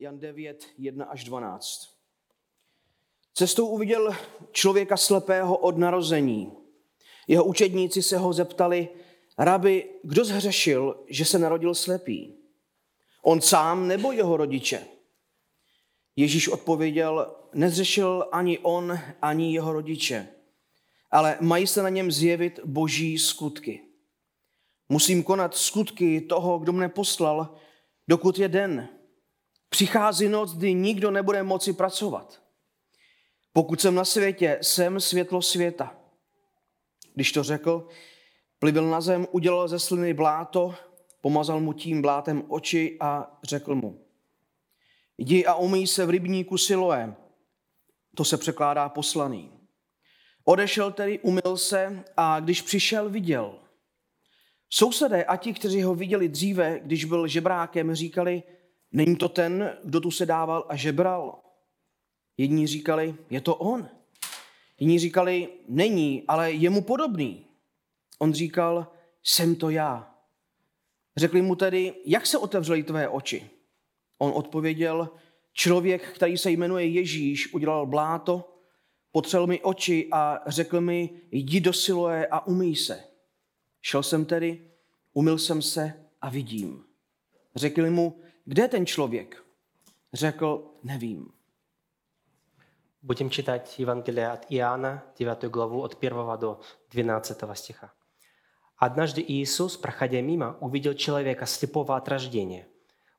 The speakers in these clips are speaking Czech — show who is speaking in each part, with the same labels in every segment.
Speaker 1: Jan 9, 1 až 12. Cestou uviděl člověka slepého od narození. Jeho učedníci se ho zeptali, rabi, kdo zhřešil, že se narodil slepý? On sám nebo jeho rodiče? Ježíš odpověděl, nezřešil ani on, ani jeho rodiče, ale mají se na něm zjevit boží skutky. Musím konat skutky toho, kdo mne poslal, dokud je den. Přichází noc, kdy nikdo nebude moci pracovat. Pokud jsem na světě, jsem světlo světa. Když to řekl, plibil na zem, udělal ze sliny bláto, pomazal mu tím blátem oči a řekl mu, jdi a umyj se v rybníku Siloé. To se překládá poslaný. Odešel tedy, umyl se a když přišel, viděl. Sousedé a ti, kteří ho viděli dříve, když byl žebrákem, říkali, není to ten, kdo tu se dával a žebral. Jedni říkali, je to on. Jiní říkali, není, ale je mu podobný. On říkal, jsem to já. Řekli mu tedy, jak se otevřely tvé oči? On odpověděl, člověk, který se jmenuje Ježíš, udělal bláto, potřel mi oči a řekl mi, jdi do Siloé a umýj se. Šel jsem tedy, umyl jsem se a vidím. Řekli mu, kde je ten člověk? Řekl, nevím.
Speaker 2: Будем читать Евангелие от Иоанна, 9 главу, от 1 до 12 стиха. «Однажды Иисус, проходя мимо, увидел человека слепого от рождения.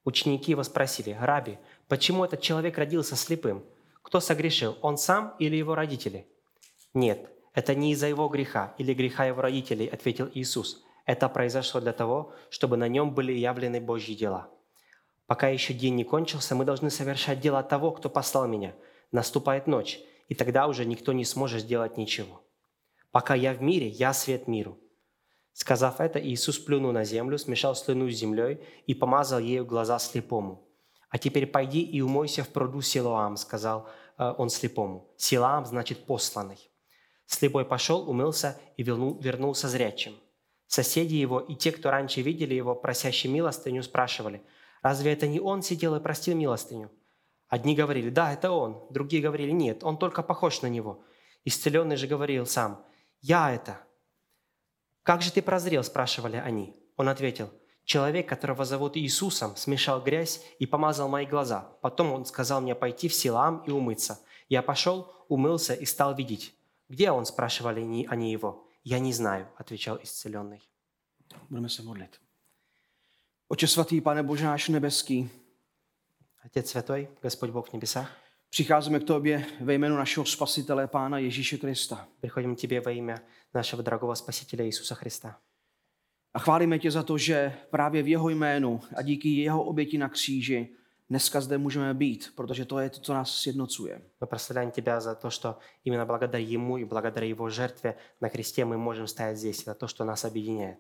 Speaker 2: Ученики его спросили, «Раби, почему этот человек родился слепым? Кто согрешил, он сам или его родители?» «Нет, это не из-за его греха или греха его родителей», – ответил Иисус. «Это произошло для того, чтобы на нем были явлены Божьи дела. Пока еще день не кончился, мы должны совершать дела того, кто послал меня – наступает ночь, и тогда уже никто не сможет сделать ничего. Пока я в мире, я свет миру». Сказав это, Иисус плюнул на землю, смешал слюну с землей и помазал ею глаза слепому. «А теперь пойди и умойся в пруду Силоам», — сказал э, он слепому. «Силоам» значит «посланный». Слепой пошел, умылся и вернул, вернулся зрячим. Соседи его и те, кто раньше видели его, просящий милостыню, спрашивали, «Разве это не он сидел и простил милостыню?» Одни говорили, да, это он. Другие говорили, нет, он только похож на него. Исцеленный же говорил сам, я это. Как же ты прозрел, спрашивали они. Он ответил, человек, которого зовут Иисусом, смешал грязь и помазал мои глаза. Потом он сказал мне пойти в Силам и умыться. Я пошел, умылся и стал видеть. Где он, спрашивали они его. Я не знаю, отвечал исцеленный.
Speaker 1: Budeme se modlit. Oče svatý, pane Bože náš nebeský,
Speaker 2: Отец Святой, Господь Бог в небесах,
Speaker 1: přicházíme k tobě ve jménu našeho spasitele, pána Ježíše Krista.
Speaker 2: приходим к Тебе во имя нашего дорогого Спасителя Иисуса Христа.
Speaker 1: A chválíme tě za to, že právě v jeho jménu a díky jeho oběti na kříži dneska zde můžeme být, protože to je to, co nás sjednocuje.
Speaker 2: Мы прославляем Тебя за то, что именно благодаря Ему и благодаря Его жертве на кресте мы можем стоять здесь. Это то, что нас объединяет.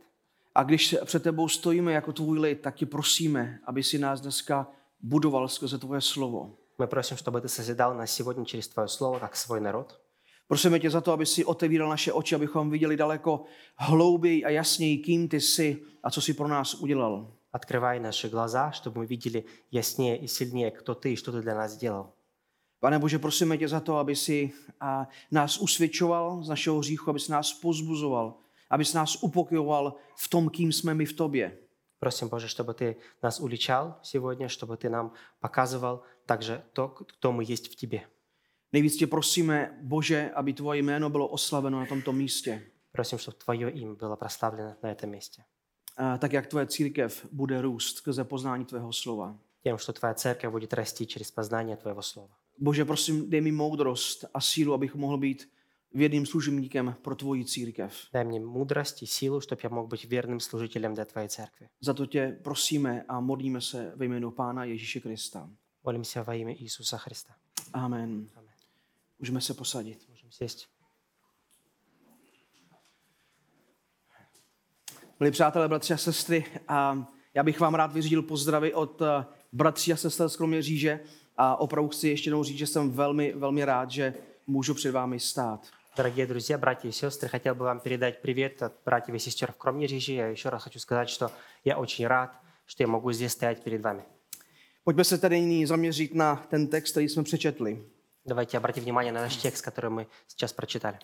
Speaker 1: A když se před tebou stojíme jako tvůj lid, tak ti prosíme, aby si nás dneska budoval skrze tvoje slovo.
Speaker 2: Мы просим, чтобы Ты созидал нас сегодня через Твое Слово, как свой народ.
Speaker 1: Prosíme tě za to, aby si otevíral naše oči, abychom viděli daleko hlouběji a jasněji, kým ty jsi a co jsi pro nás udělal.
Speaker 2: Открывай наши глаза, чтобы мы видели яснее и сильнее, кто Ты и что Ты для нас сделал.
Speaker 1: Pane Bože, prosíme tě za to, aby si a, nás usvědčoval z našeho hříchu, aby si nás pozbuzoval, aby si nás upokojoval v tom, kým jsme my v tobě.
Speaker 2: Просим, Боже, чтобы Ты нас уличал сегодня, чтобы Ты нам показывал также то, кто мы есть в Тебе.
Speaker 1: Nejvíc tě prosíme, Bože, aby tvoje jméno bylo oslaveno na tomto místě.
Speaker 2: Просим, чтобы Твое имя было прославлено на этом месте.
Speaker 1: A, tak jak tvoje církev bude růst skrze poznání tvého slova.
Speaker 2: Тем, что Твоя церковь будет расти через познание Твоего Слова.
Speaker 1: Bože, prosím, dej mi moudrost a sílu, abych mohl být věrným služebníkem pro tvoji církev.
Speaker 2: Дай мне мудрость и силу, чтобы я мог быть верным служителем для Твоей церкви.
Speaker 1: Za to tě prosíme a modlíme se ve jménu Pána Ježíše Krista.
Speaker 2: Молимся во имя Иисуса Христа.
Speaker 1: Amen.
Speaker 2: Amen.
Speaker 1: Můžeme se posadit.
Speaker 2: Можем сесть.
Speaker 1: Milí přátelé, bratři a sestry, a já bych vám rád vyřídil pozdravy od eh, bratří a sester z Kroměříže a opravdu chci ještě jednou říct, že jsem velmi, velmi rád, že můžu před vámi stát.
Speaker 2: Дорогие друзья, братья и сестры, хотел бы вам передать привет от братьев и сестер в Кромнережье. Я еще раз хочу сказать, что я очень рад, что я могу здесь стоять перед вами.
Speaker 1: Pojďme se tedy nyní zaměřit na ten text, který jsme přečetli.
Speaker 2: Давайте обратим внимание на наш текст, который мы сейчас прочитали.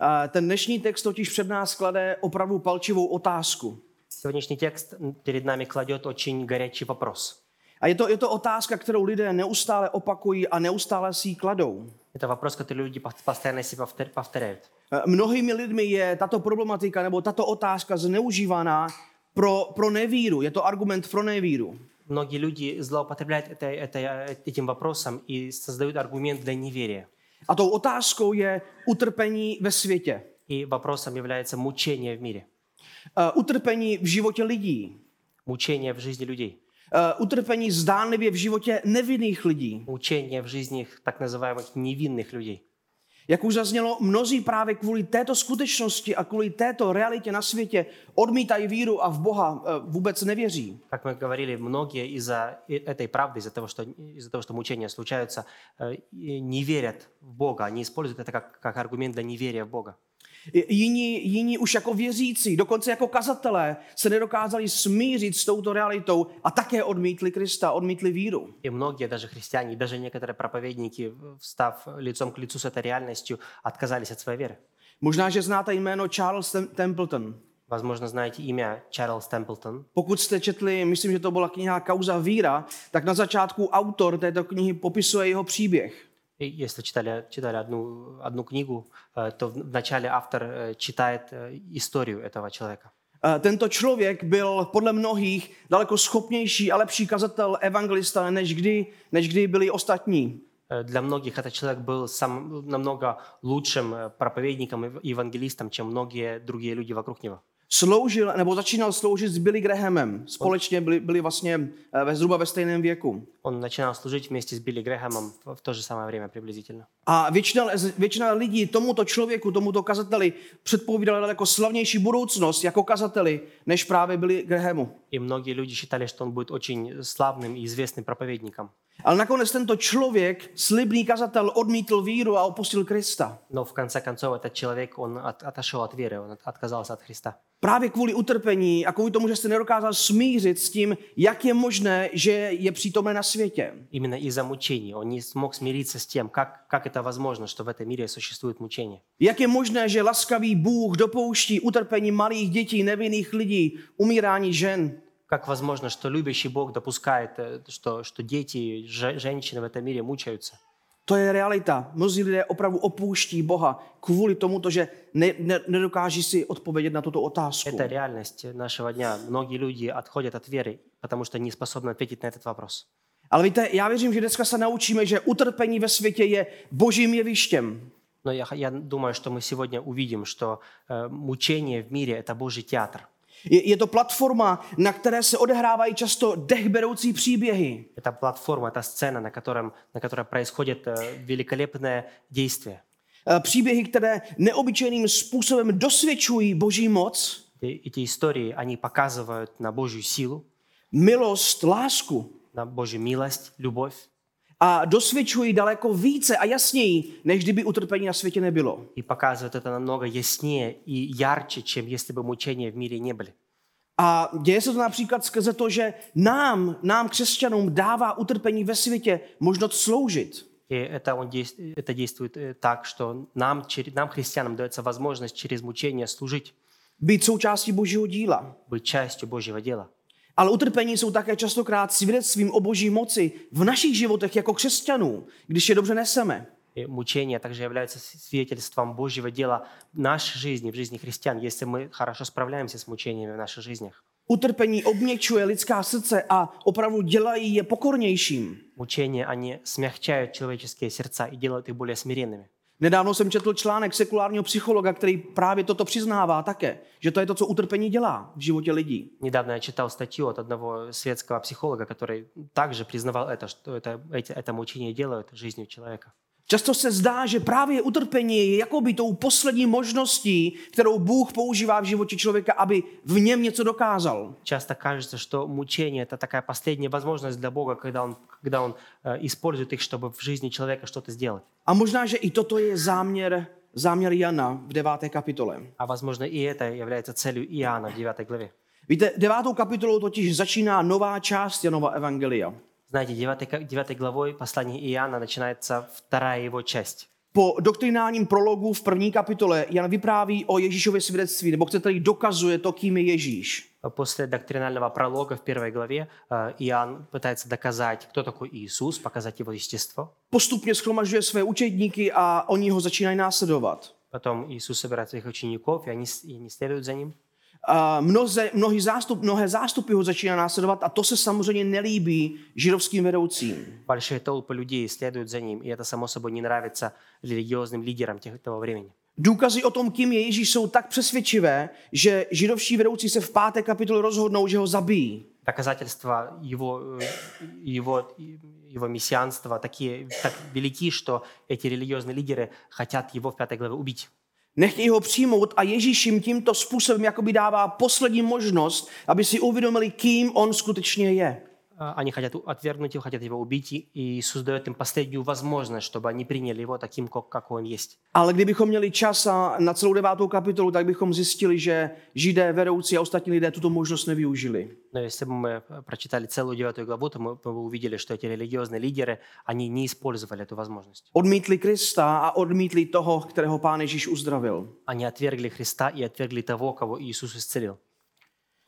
Speaker 1: A Ten dnešní text totiž před nás klade opravdu palčivou otázku.
Speaker 2: Сегодняшний текст перед нами кладет очень горячий вопрос.
Speaker 1: A je to, je to otázka, kterou lidé neustále opakují a neustále si ji kladou.
Speaker 2: Это вопрос, который люди пос- постоянно себе повтор- повторяют.
Speaker 1: E, Mnohými lidmi je tato problematika nebo tato otázka zneužívaná pro, pro nevíru. Je to argument pro nevíru.
Speaker 2: Многие люди злоупотребляют это- это- этим вопросом и создают аргумент для неверия.
Speaker 1: A tou otázkou je utrpení ve světě,
Speaker 2: И вопросом является мучение в мире,
Speaker 1: E, utrpení v životě lidí,
Speaker 2: мучение в жизни людей,
Speaker 1: E, utrpení zdánlivě v životě nevinných lidí.
Speaker 2: мучение в жизни их так называемых невинных людей.
Speaker 1: Jak už zaznělo, mnozí právě kvůli této skutečnosti a kvůli této realitě na světě odmítají víru a v Boha e, vůbec nevěří.
Speaker 2: Как мы говорили, многие из-за э- этой правды, из-за того, что, из-за того, что мучения случаются, э, и не верят в Бога. Они используют это как, как аргумент для неверия в Бога.
Speaker 1: I- Jiní, jiní už jako věřící, dokonce jako kazatelé, se nedokázali smířit s touto realitou a také odmítli Krista, odmítli víru.
Speaker 2: И многие, даже христиане, и даже некоторые проповедники, встав лицом к лицу с этой реальностью, отказались от своей веры.
Speaker 1: Možná, že znáte jméno Charles Tem- Templeton.
Speaker 2: Возможно, знаете имя Чарльз Темплтон.
Speaker 1: Pokud jste četli, myslím, že to byla kniha Kauza víra, tak na začátku autor této knihy popisuje jeho příběh.
Speaker 2: И Если читали, читали одну, одну книгу, э, то в- вначале автор э, читает э, историю этого человека.
Speaker 1: Eh, Tento člověk byl podle mnohých daleko schopnější a lepší kazatel, evangelista, než kdy, než kdy byli ostatní.
Speaker 2: Э, Для многих этот человек был сам, намного лучшим э, проповедником и в- евангелистом, чем многие другие люди вокруг него.
Speaker 1: Sloužil, nebo začínal sloužit s Billy Grahamem. Společně byli, byli vlastně eh, ve, zhruba ve stejném věku.
Speaker 2: Он начинал служить вместе с Билли Грэхэмом в, в то же самое время приблизительно.
Speaker 1: A většina, většina lidí tomuto člověku, tomuto kazateli předpovídala daleko slavnější budoucnost jako kazateli, než právě byli Grahamu.
Speaker 2: И многие люди считали, что он будет очень славным и известным проповедником.
Speaker 1: Ale nakonec tento člověk, slibný kazatel, odmítl víru a opustil Krista.
Speaker 2: Но в конце концов этот человек, он от- отошел от веры, он от- отказался от Христа.
Speaker 1: Právě kvůli utrpení a kvůli tomu, že se nedokázal smířit s tím, jak je možné, že je přítomen na světě.
Speaker 2: Именно из-за мучений он не смог смириться с тем, как, как это возможно, что в этом мире существует мучение.
Speaker 1: Jak je možné, že laskavý Bůh dopouští utrpení malých dětí, nevinných lidí, umírání žen.
Speaker 2: Как возможно, что любящий Бог допускает, э, что, что дети, же- женщины в этом мире мучаются.
Speaker 1: To je realita. Mnozí lidé opravdu opouští Boha kvůli tomu, že ne, ne, nedokáží si odpovědět na tuto otázku.
Speaker 2: Это реальность нашего дня. Многие люди отходят от веры, потому что не способны ответить на этот вопрос.
Speaker 1: Ale víte, já věřím, že dneska se naučíme, že utrpení ve světě je božím jevištěm.
Speaker 2: Но я, х- я думаю, что мы сегодня увидим, что э, мучение в мире – это Божий театр.
Speaker 1: Je, je to platforma, na které se odehrávají často dechberoucí příběhy.
Speaker 2: Это платформа, это сцена, на, котором, на которой происходит э, великолепное действие.
Speaker 1: Eh, Příběhy, které neobyčejným způsobem dosvědčují boží moc,
Speaker 2: И Э, эти истории, они показывают на Божью силу,
Speaker 1: milost, lásku.
Speaker 2: на Божью милость, любовь.
Speaker 1: A dosvědčují daleko více a jasněji, než kdyby utrpení na světě nebylo.
Speaker 2: И показывает это намного яснее и ярче, чем если бы мучения в мире не были.
Speaker 1: A děje se to například skrze to, že nám, nám křesťanům, dává utrpení ve světě možnost sloužit.
Speaker 2: И это, он действ- это действует э, так, что нам, чер- нам, христианам, дается возможность через мучения служить,
Speaker 1: Být součástí božího díla.
Speaker 2: быть частью Божьего дела.
Speaker 1: Ale utrpení jsou také častokrát svědectvím o boží moci v našich životech jako křesťanů, když je dobře neseme.
Speaker 2: И мучения также являются с- свидетельством Божьего дела в нашей жизни, в жизни христиан, если мы хорошо справляемся с мучениями в našих жизнях.
Speaker 1: Utrpení obměkčuje lidská srdce a opravdu dělají je pokornějším.
Speaker 2: Мучения, они смягчают человеческие сердца и делают их более смиренными.
Speaker 1: Nedávno jsem četl článek sekulárního psychologa, který právě toto přiznává také, že to je to, co utrpení dělá v životě lidí.
Speaker 2: Недавно я читал статью от одного светского психолога, который также признавал это, что это, эти, это мучения делают жизнью человека.
Speaker 1: Často se zdá, že právě utrpení je jakoby tou poslední možností, kterou Bůh používá v životě člověka, aby v něm něco dokázal.
Speaker 2: Часто кажется, что мучение – это такая последняя возможность для Бога, когда Он, когда он э, использует их, чтобы в жизни человека что-то сделать.
Speaker 1: A možná, že i toto je záměr, záměr Jana v deváté kapitole.
Speaker 2: А возможно, и это является целью Иоанна в 9 главе.
Speaker 1: Víte, devátou kapitolou totiž začíná nová část Janova evangelia.
Speaker 2: С Знаете, 9, 9 главой послания Иоанна начинается вторая его часть.
Speaker 1: Po doktrinálním prologu v první kapitole Jan vypráví o Ježíšově svědectví, nebo chcete-li dokazuje to, kým je Ježíš.
Speaker 2: После доктринального пролога в первой главе э, Иоанн пытается доказать, кто такой Иисус, показать его естество.
Speaker 1: Postupně schromažďuje své učedníky a oni ho začínají následovat.
Speaker 2: Потом Иисус собирает своих учеников, и они, с- и они следуют за ним.
Speaker 1: A Mnoze, mnohý zástup, mnohé zástupy ho začíná následovat a to se samozřejmě nelíbí židovským vedoucím.
Speaker 2: Большие толпы людей следуют за ним, и это, само собой, не нравится религиозным лидерам тех, того времени.
Speaker 1: Důkazy o tom, kým je Ježíš, jsou tak přesvědčivé, že židovští vedoucí se v páté kapitole rozhodnou, že ho zabijí.
Speaker 2: Доказательства его, э, его, его мессианства такие, так велики, что эти религиозные лидеры хотят его в пятой главе убить.
Speaker 1: Nechtějí ho přijmout a Ježíš jim tímto způsobem jakoby dává poslední možnost, aby si uvědomili, kým on skutečně je.
Speaker 2: А, Они хотят у- отвергнуть его, хотят его убить, и и Иисус дает им последнюю возможность, чтобы они приняли его таким, ко- какой он есть.
Speaker 1: Ale kdybychom měli čas a na celou devátou kapitolu, tak bychom zjistili, že židé, vedoucí a ostatní lidé tuto možnost nevyužili.
Speaker 2: Но если бы мы э, прочитали целую девятую главу, то мы бы увидели, что эти религиозные лидеры, они не использовали эту возможность.
Speaker 1: Odmítli Krista a odmítli toho, kterého pán Ježíš uzdravil.
Speaker 2: Они отвергли Христа и отвергли того, кого Иисус исцелил.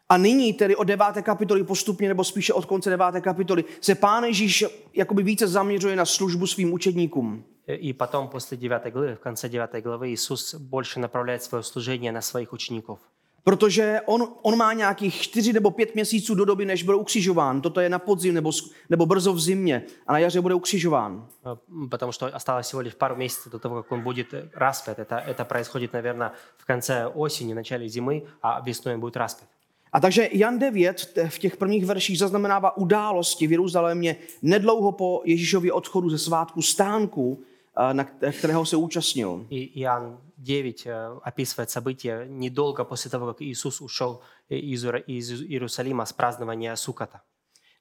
Speaker 1: A nyní tedy od deváté kapitoly postupně, nebo spíše od konce deváté kapitoly, se pán Ježíš jakoby více zaměřuje na službu svým učedníkům.
Speaker 2: Э, И потом, после девятой главы, в конце девятой главы, Иисус больше направляет свое служение на своих учеников.
Speaker 1: Protože on, on má nějakých čtyři nebo pět měsíců do doby, než byl ukřižován. Toto je na podzim nebo, sk- nebo brzo v zimě a na jaře bude ukřižován.
Speaker 2: Э, м, Потому что осталось всего лишь пару месяцев до того, как он будет э, распят. Это, это происходит, наверное, в конце осени, начале зимы, а весной он будет распят.
Speaker 1: A takže Jan 9 t- v těch prvních verších zaznamenává události v Jeruzalémě nedlouho po Ježíšově odchodu ze svátku stánku, eh, na k- kterého se účastnil.
Speaker 2: И Иоанн 9 э, описывает события недолго после того, как Иисус ушел э, из, Иера- из Иерусалима с празднования Сукота.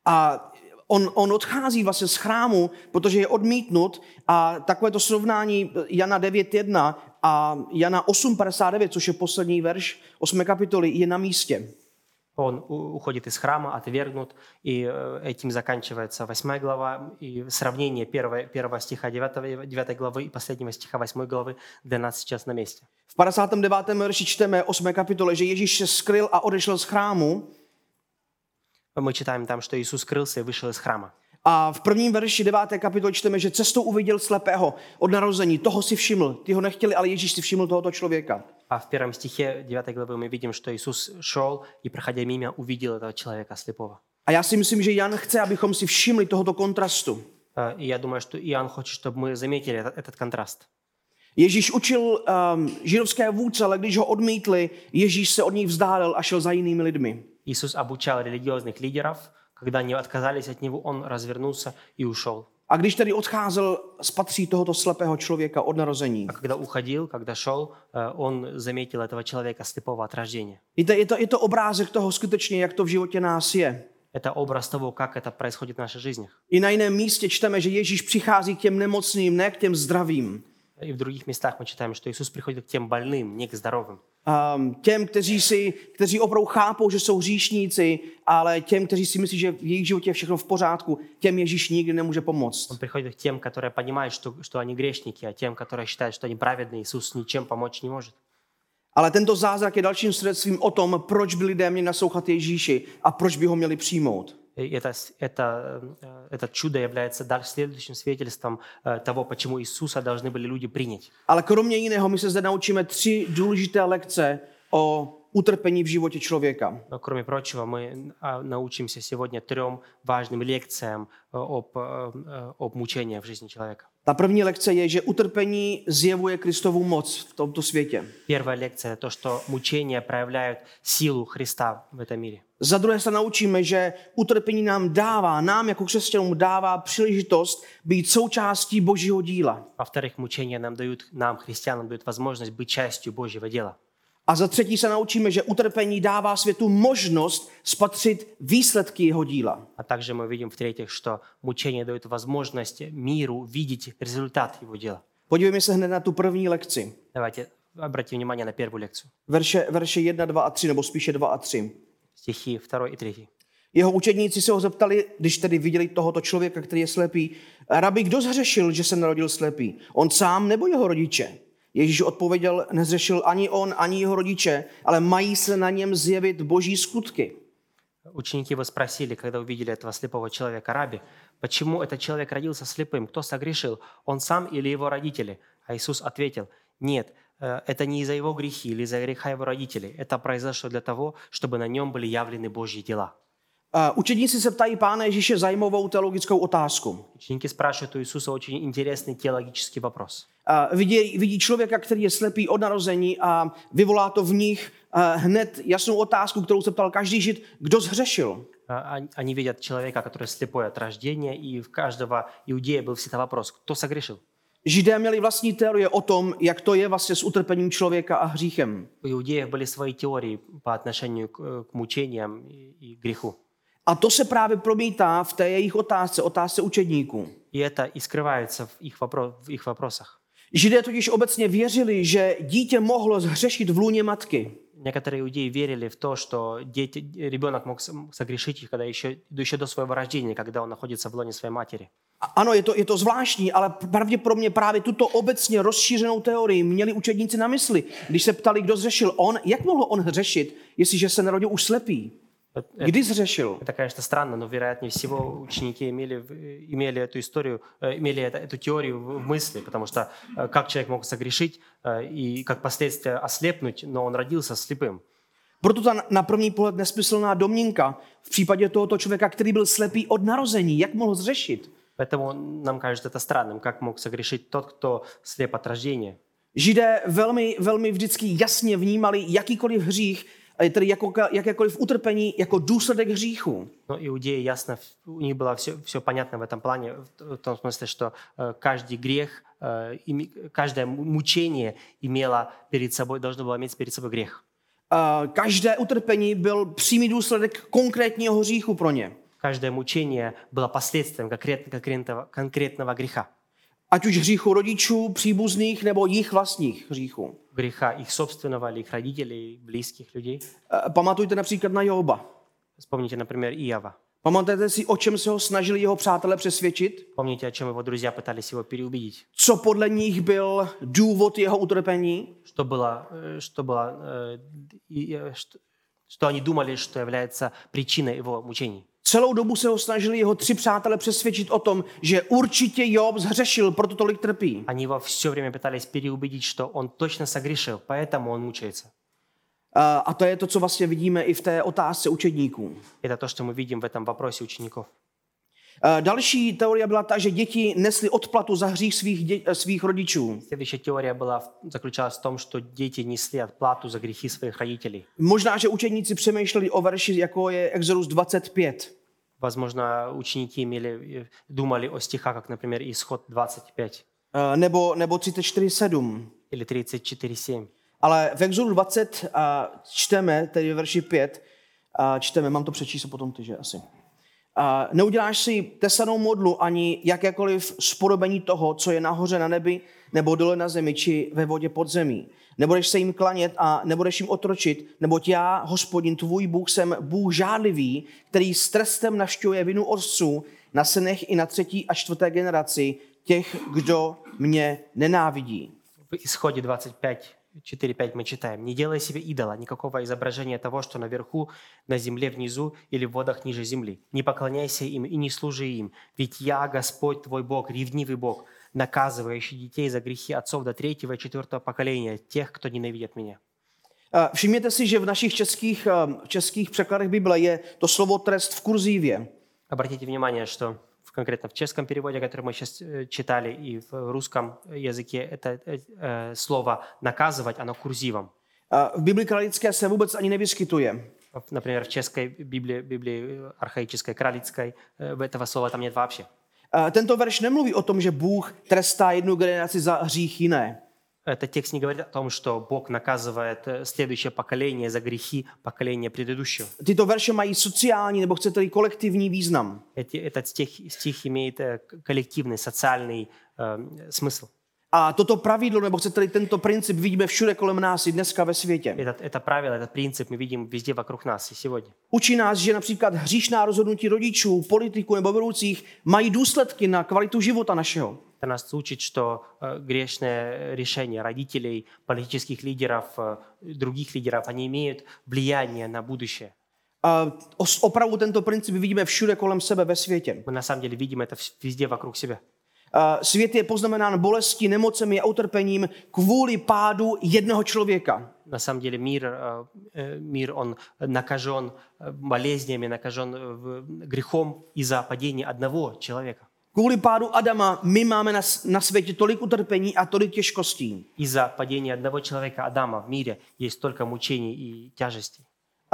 Speaker 1: A on, on odchází vlastně z chrámu, protože je odmítnut a takovéto srovnání Jana 9.1 a Jana 8.59, což je poslední verš 8. kapitoly, je na místě.
Speaker 2: Он у- уходит из храма, отвергнут, и э, этим заканчивается 8 глава. И сравнение 1, стиха 9, 9 главы и последнего стиха 8 главы для нас сейчас на месте.
Speaker 1: V 59. verši čteme 8. kapitole, že Ježíš se skryl a odešel z chrámu
Speaker 2: Мы čитаем там, что Иисус скрылся и вышел из храма.
Speaker 1: a v prvním verši 9. kapitoly čteme, že cestou uviděl slepého od narození. Toho si všiml, ty ho nechtěli, ale Ježíš si všiml tohoto člověka.
Speaker 2: А в первом стихе 9 главы мы видим, что Иисус шел и, проходя мимо, увидел этого человека слепого.
Speaker 1: A já si myslím, že Jan chce, abychom si všimli tohoto kontrastu.
Speaker 2: Э, И я думаю, что Иоанн хочет, чтобы мы заметили этот, этот контраст.
Speaker 1: Ježíš učil um, židovské vůdce, ale když ho odmítli, Ježíš se od něj vzdálil a šel za jinými lidmi.
Speaker 2: Иисус обучал религиозных лидеров, когда они отказались от него, он развернулся и ушел.
Speaker 1: A když tedy odcházel z patří tohoto slepého člověka od narození.
Speaker 2: А когда уходил, когда шел, э, он заметил этого человека slепого от рождения.
Speaker 1: Víte, je to, je to obrázek toho skutečně, jak to v životě nás je.
Speaker 2: Это образ того, как это происходит в наших жизнях.
Speaker 1: I na jiném místě čteme, že Ježíš přichází k těm nemocným, ne k těm zdravým.
Speaker 2: И в других местах мы читаем, что Иисус приходит к тем больным, не к здоровым.
Speaker 1: Um, těm, kteří, si, kteří opravdu chápou, že jsou hříšníci, ale těm, kteří si myslí, že v jejich životě je všechno v pořádku, těm Ježíš nikdy nemůže pomoct.
Speaker 2: Он приходит к тем, которые понимают, что, что они грешники, а тем, которые считают, что они праведные, Иисус ничем помочь не может.
Speaker 1: Ale tento zázrak je dalším svědectvím o tom, proč by lidé měli naslouchat Ježíši a proč by ho měli přijmout.
Speaker 2: И это, с- это, э, это чудо является дальше следующим свидетельством э, того, почему Иисуса должны были люди принять.
Speaker 1: Ale kromě jiného, my se zde naučíme tři důležité lekce o utrpení v životě člověka.
Speaker 2: Но, кроме прочего, мы а, научимся сегодня трем важным лекциям э, об, э, э, об мучении в жизни человека.
Speaker 1: Ta první lekce je, že utrpení zjevuje Kristovu moc v tomto světě.
Speaker 2: Первая лекция – то, что мучения проявляют силу Христа в этом мире.
Speaker 1: Za druhé se naučíme, že utrpení nám dává, nám jako křesťanům dává příležitost být součástí Božího díla.
Speaker 2: Во-вторых, мучения нам дают, нам, христианам, дают возможность быть частью Божьего дела.
Speaker 1: A za třetí se naučíme, že utrpení dává světu možnost spatřit výsledky jeho díla.
Speaker 2: А также мы видим, в-третьих, что мучения дают возможность миру видеть результат его дела.
Speaker 1: Podívejme se hned na tu první lekci.
Speaker 2: Давайте обратим внимание на первую лекцию.
Speaker 1: Verše, verše 1, 2 a 3, nebo spíše 2 a 3.
Speaker 2: Стихи 2 и 3.
Speaker 1: Jeho učedníci se ho zeptali, když tedy viděli tohoto člověka, který je slepý, rabi, kdo zhřešil, že se narodil slepý? On sám nebo jeho rodiče? Ježíš odpověděl, nezřešil ani on, ani jeho rodiče, ale mají se na něm zjevit boží skutky.
Speaker 2: Ученики его спросили, когда увидели этого слепого человека, Раби, почему этот человек родился слепым? Кто согрешил? Он сам или его родители? А Иисус ответил, нет, э, это не из-за его грехи или из-за греха его родителей. Это произошло для того, чтобы на нем были явлены Божьи дела.
Speaker 1: A Učedníci se ptají pána Ježíše zajímavou teologickou otázku.
Speaker 2: Ученики спрашивают у Иисуса очень интересный теологический вопрос.
Speaker 1: A Vidí, vidí člověka, který je slepý od narození a vyvolá to v nich eh, hned jasnou otázku, kterou se ptal každý žid, kdo zhřešil.
Speaker 2: А, он- Они видят человека, который слепой от рождения, и в каждого иудея был всегда вопрос, кто согрешил?
Speaker 1: Židé měli vlastní teorie o tom, jak to je vlastně s utrpením člověka a hříchem.
Speaker 2: У иудеев были свои теории по отношению к, э, к мучениям и, и греху.
Speaker 1: A to se právě promítá v té jejich otázce, otázce učedníků.
Speaker 2: И это и скрывается в их, вопро- в их вопросах.
Speaker 1: Židé totiž obecně věřili, že dítě mohlo zhřešit v lůně matky.
Speaker 2: Некоторые иудеи верили в то, что дети, ребенок мог с- согрешить, когда еще, еще до своего рождения, когда он находится в лоне своей матери.
Speaker 1: A ano, je to, je to zvláštní, ale pravděpodobně právě tuto obecně rozšířenou teorii měli učedníci na mysli, když se ptali, kdo zřešil on, jak mohl on hřešit, jestliže se narodil už slepý.
Speaker 2: Это,
Speaker 1: Kdy zřešil?
Speaker 2: это, конечно, странно, но, вероятнее всего, ученики имели, в- э, имели эту историю, э, имели это- эту теорию в в мысли, потому что э, как человек мог согрешить э, и как последствия ослепнуть, но он родился слепым.
Speaker 1: Proto ta na první pohled nesmyslná domněnka v případě tohoto člověka, který byl slepý od narození, jak mohl zřešit?
Speaker 2: Поэтому нам кажется это странным, как мог согрешить тот, кто слеп от рождения.
Speaker 1: Židé velmi, velmi vždycky jasně vnímali jakýkoliv hřích, eh, tedy jako, jakékoliv utrpení jako důsledek hříchu.
Speaker 2: Но иудеи ясно, у них было все, все понятно в этом плане, в т- в том смысле, что э, каждый грех, э, име- каждое му- мучение имело перед собой, должно было иметь перед собой грех.
Speaker 1: A Eh, Každé utrpení byl přímý důsledek konkrétního hříchu pro ně.
Speaker 2: Каждое мучение было последствием конкрет- конкретного, конкретного греха.
Speaker 1: Ať už hříchu rodičů, příbuzných nebo jich vlastních hříchů.
Speaker 2: Греха их собственного или их родителей, близких людей.
Speaker 1: E, Pamatujte například na Joba.
Speaker 2: Вспомните, например, Иова.
Speaker 1: Pamatujete si, o čem se ho snažili jeho přátelé přesvědčit?
Speaker 2: Помните, о чем его друзья пытались его переубедить?
Speaker 1: Co podle nich byl důvod jeho utrpení?
Speaker 2: Что было, э, что было, э, и, э, что- что они думали, что является причиной его мучений.
Speaker 1: Celou dobu se ho snažili jeho tři přátelé přesvědčit o tom, že určitě Job zhřešil, proto tolik trpí.
Speaker 2: Они его все время пытались переубедить, что он точно согрешил, поэтому он мучается.
Speaker 1: A- A to je to, co vlastně vidíme i v té otázce učedníků.
Speaker 2: Это то, что мы видим в этом вопросе учеников.
Speaker 1: E, Další teorie byla ta, že děti nesly odplatu za hřích svých, dě- e, svých rodičů.
Speaker 2: Следующая теория была, в- заключалась в том, что дети несли отплату за грехи своих родителей.
Speaker 1: Možná, že učedníci přemýšleli o verši, jako je Exodus 25.
Speaker 2: Возможно, ученики имели, э, думали о стихах, как, например, Исход 25
Speaker 1: e, Nebo, nebo 34.7.
Speaker 2: или 34.7.
Speaker 1: Ale v Exodu 20 a, čteme, tedy ve verši 5, a, čteme, mám to přečíst a potom ty, že asi. A, neuděláš si tesanou modlu ani jakékoliv spodobení toho, co je nahoře na nebi, nebo dole na zemi, či ve vodě pod zemí. Nebudeš se jim klanět a nebudeš jim otročit, neboť já, hospodin, tvůj Bůh, jsem Bůh žádlivý, který s trestem našťuje vinu otců na synech i na třetí a čtvrté generaci těch, kdo mě nenávidí.
Speaker 2: В Исходе 25, 4-5 мы читаем. «Не делай себе идола, никакого изображения того, что наверху, на земле внизу или в водах ниже земли. Не поклоняйся им и не служи им, ведь я, Господь твой Бог, ревнивый Бог, наказывающий детей за грехи отцов до третьего и четвертого поколения, тех, кто ненавидит меня».
Speaker 1: Eh, Všimněte si, že v našich českých, eh, českých překladech Bible je to slovo trest v kurzívě.
Speaker 2: Обратите внимание, что в- конкретно в чешском переводе, который мы сейчас э, читали, и в русском языке это э, э, слово «наказывать», оно курзивом.
Speaker 1: Eh, V Bibli kralické se vůbec ani nevyskytuje.
Speaker 2: Вот, Например, в чешской Библии, Библии э, архаической, кралицкой, э, этого слова там нет вообще.
Speaker 1: Eh, Tento verš nemluví o tom, že Bůh trestá jednu generaci za hřích jiné.
Speaker 2: Этот текст не говорит о том, что Бог наказывает э, следующее поколение за грехи поколения предыдущего.
Speaker 1: Tyto verše mají sociální nebo chcete-li kolektivní význam.
Speaker 2: Эти- этот стих, стих имеет э, к- коллективный, социальный э, смысл.
Speaker 1: A toto pravidlo, nebo chcete-li tento princip, vidíme všude kolem nás i dneska ve světě.
Speaker 2: Этот, это правило, этот принцип мы видим везде вокруг нас и сегодня.
Speaker 1: Učí nás, že například hříšná rozhodnutí rodičů, politiků nebo vedoucích mají důsledky na kvalitu života našeho.
Speaker 2: Это нас учит, что э, грешные решения родителей, политических лидеров, э, других лидеров, они имеют влияние на будущее.
Speaker 1: A os- opravdu tento princip vidíme všude kolem sebe ve světě.
Speaker 2: Мы на самом деле видим это вс- везде вокруг себя.
Speaker 1: A Svět je poznamenán bolestí, nemocemi a utrpením kvůli pádu jednoho člověka.
Speaker 2: На самом деле мир, э, э, мир он накажен э, болезнями, накажен э, в- грехом из-за падения одного человека.
Speaker 1: Kvůli pádu Adama my máme na, s- na světě tolik utrpení a tolik těžkostí.
Speaker 2: Из-за падения одного человека, Адама, в мире есть только мучений и тяжестей.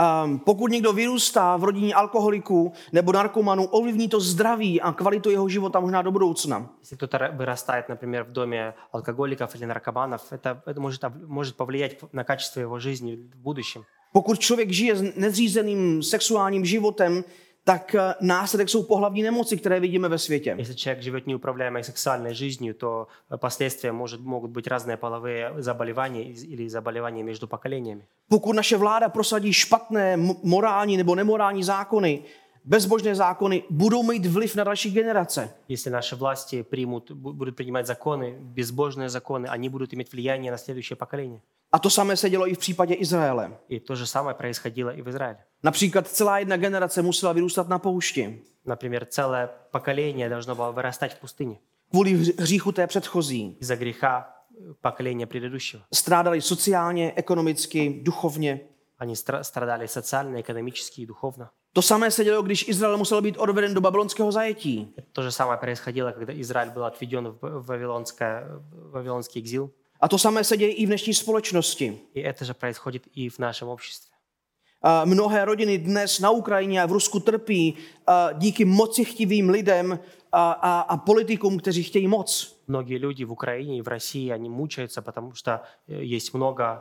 Speaker 1: A pokud někdo vyrůstá v rodině alkoholiků nebo narkomanů, ovlivní to zdraví a kvalitu jeho života možná do budoucna.
Speaker 2: Если кто-то ра- вырастает, например, в доме алкоголиков или наркоманов, это, это может, ов- может повлиять на качество его жизни в будущем.
Speaker 1: Pokud člověk žije s nezřízeným sexuálním životem, tak eh, následek jsou pohlavní nemoci, které vidíme ve světě.
Speaker 2: Если человек живет неуправляемой сексуальной жизнью, то э, последствия может, могут быть разные половые заболевания из- или заболевания между поколениями.
Speaker 1: Pokud naše vláda prosadí špatné m- morální nebo nemorální zákony, bezbožné zákony, budou mít vliv na další generace.
Speaker 2: Если наши власти примут, бу- будут принимать законы, безбожные законы, они будут иметь влияние на следующее поколение.
Speaker 1: A to samé se dělo i v případě Izraele.
Speaker 2: И то же самое происходило и в Израиле.
Speaker 1: Například celá jedna generace musela vyrůstat na poušti
Speaker 2: Например, целое поколение должно было вырастать в пустыне
Speaker 1: kvůli hř- hříchu té předchozí.
Speaker 2: из-за греха э, поколения предыдущего.
Speaker 1: Strádali sociálně, ekonomicky, duchovně.
Speaker 2: Они стра- страдали социально, экономически и духовно.
Speaker 1: To samé se dělo, když Izrael musel být odveden do babylonského zajetí.
Speaker 2: То же самое происходило, когда Израиль был отведен в Б- в вавилонское- в вавилонский экзил.
Speaker 1: A to samé se děje i v dnešní společnosti.
Speaker 2: И это же происходит и в нашем обществе.
Speaker 1: A Mnohé rodiny dnes na Ukrajině a v Rusku trpí a díky mocichtivým lidem a, a, a politikům, kteří chtějí moc.
Speaker 2: Многие люди в Украине и в России, они мучаются, потому что э, есть много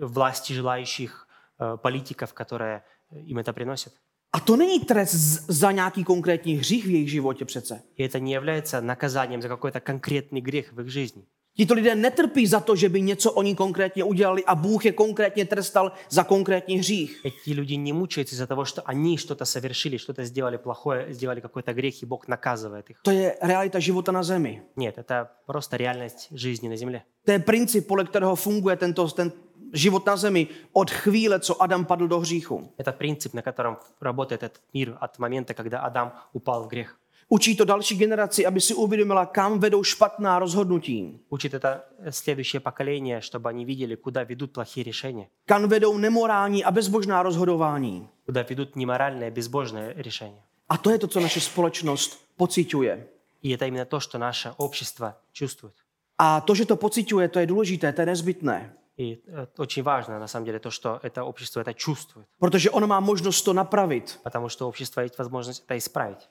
Speaker 2: власти желающих э, политиков, которые э, им это приносят.
Speaker 1: A to není trest z- za nějaký konkrétní hřích v jejich životě přece.
Speaker 2: И это не является наказанием за какой-то конкретный грех в их жизни.
Speaker 1: Tito lidé netrpí za to, že by něco oni konkrétně udělali a Bůh je konkrétně trestal za konkrétní hřích.
Speaker 2: Эти люди не мучаются из-за того, что они что-то совершили, что-то сделали плохое, сделали какой-то грех, и Бог наказывает их.
Speaker 1: To je realita života na zemi.
Speaker 2: Нет, это просто реальность жизни на земле.
Speaker 1: To je princip, podle kterého funguje tento, ten život na zemi od chvíle, co Adam padl do hříchu.
Speaker 2: Это принцип, на котором работает этот мир от момента, когда Адам упал в грех.
Speaker 1: Učí to další generaci, aby si uvědomila, kam vedou špatná rozhodnutí,
Speaker 2: Учит это э, следующее поколение, чтобы они видели, куда ведут плохие решения,
Speaker 1: kam vedou nemorální a bezbožná rozhodování.
Speaker 2: куда ведут неморальные, безбожные решения.
Speaker 1: A to je to, co naše společnost pociťuje.
Speaker 2: И это именно то, что наше общество чувствует.
Speaker 1: A to, že to pociťuje, to je důležité, to je nezbytné.
Speaker 2: И э, очень важно, на самом деле, то, что это общество это чувствует,
Speaker 1: Protože ono má možnost to napravit.
Speaker 2: потому что у общества есть возможность это исправить.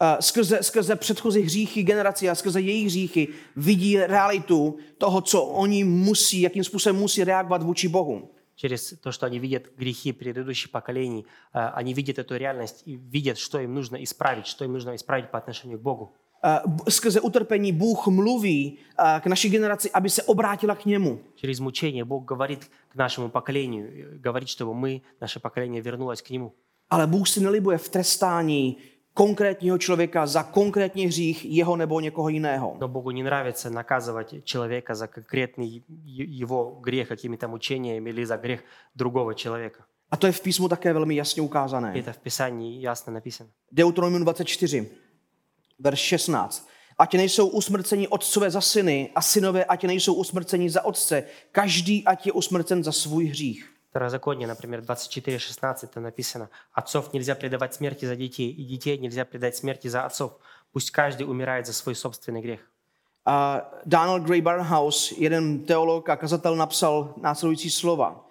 Speaker 1: Eh, Skrze, skrze předchozí hříchy generací a skrze jejich hříchy vidí realitu toho, co oni musí, jakým způsobem musí reagovat vůči Bohu.
Speaker 2: Через то, что они видят грехи предыдущих поколений, э, они видят эту реальность и видят, что им нужно исправить, что им нужно исправить по отношению к Богу.
Speaker 1: Eh, b- Skrze utrpení Bůh mluví eh, k naší generaci, aby se obrátila k němu.
Speaker 2: Через мучение Бог говорит к нашему поколению, э, говорит, чтобы мы, наше поколение вернулось к Нему.
Speaker 1: Ale Bůh si nelibuje v trestání konkrétního člověka za konkrétní hřích jeho nebo někoho jiného.
Speaker 2: Но Богу не нравится наказывать человека за конкретный е- его грех какими-то мучениями или за грех другого человека.
Speaker 1: A to je v písmu také velmi jasně
Speaker 2: И
Speaker 1: ukázané.
Speaker 2: это в Писании ясно написано.
Speaker 1: Deuteronomium 24, verš 16. Ať nejsou usmrceni otcové za syny a synové, ať nejsou usmrceni za otce. Každý, ať je usmrcen za svůj hřích.
Speaker 2: Второзаконие, например, 24.16 там написано. «Отцов нельзя предавать смерти за детей, и детей нельзя предать смерти за отцов. Пусть каждый умирает за свой собственный грех».
Speaker 1: A Daniel Gray Barnhouse, jeden teolog a kazatel, napsal následující slova.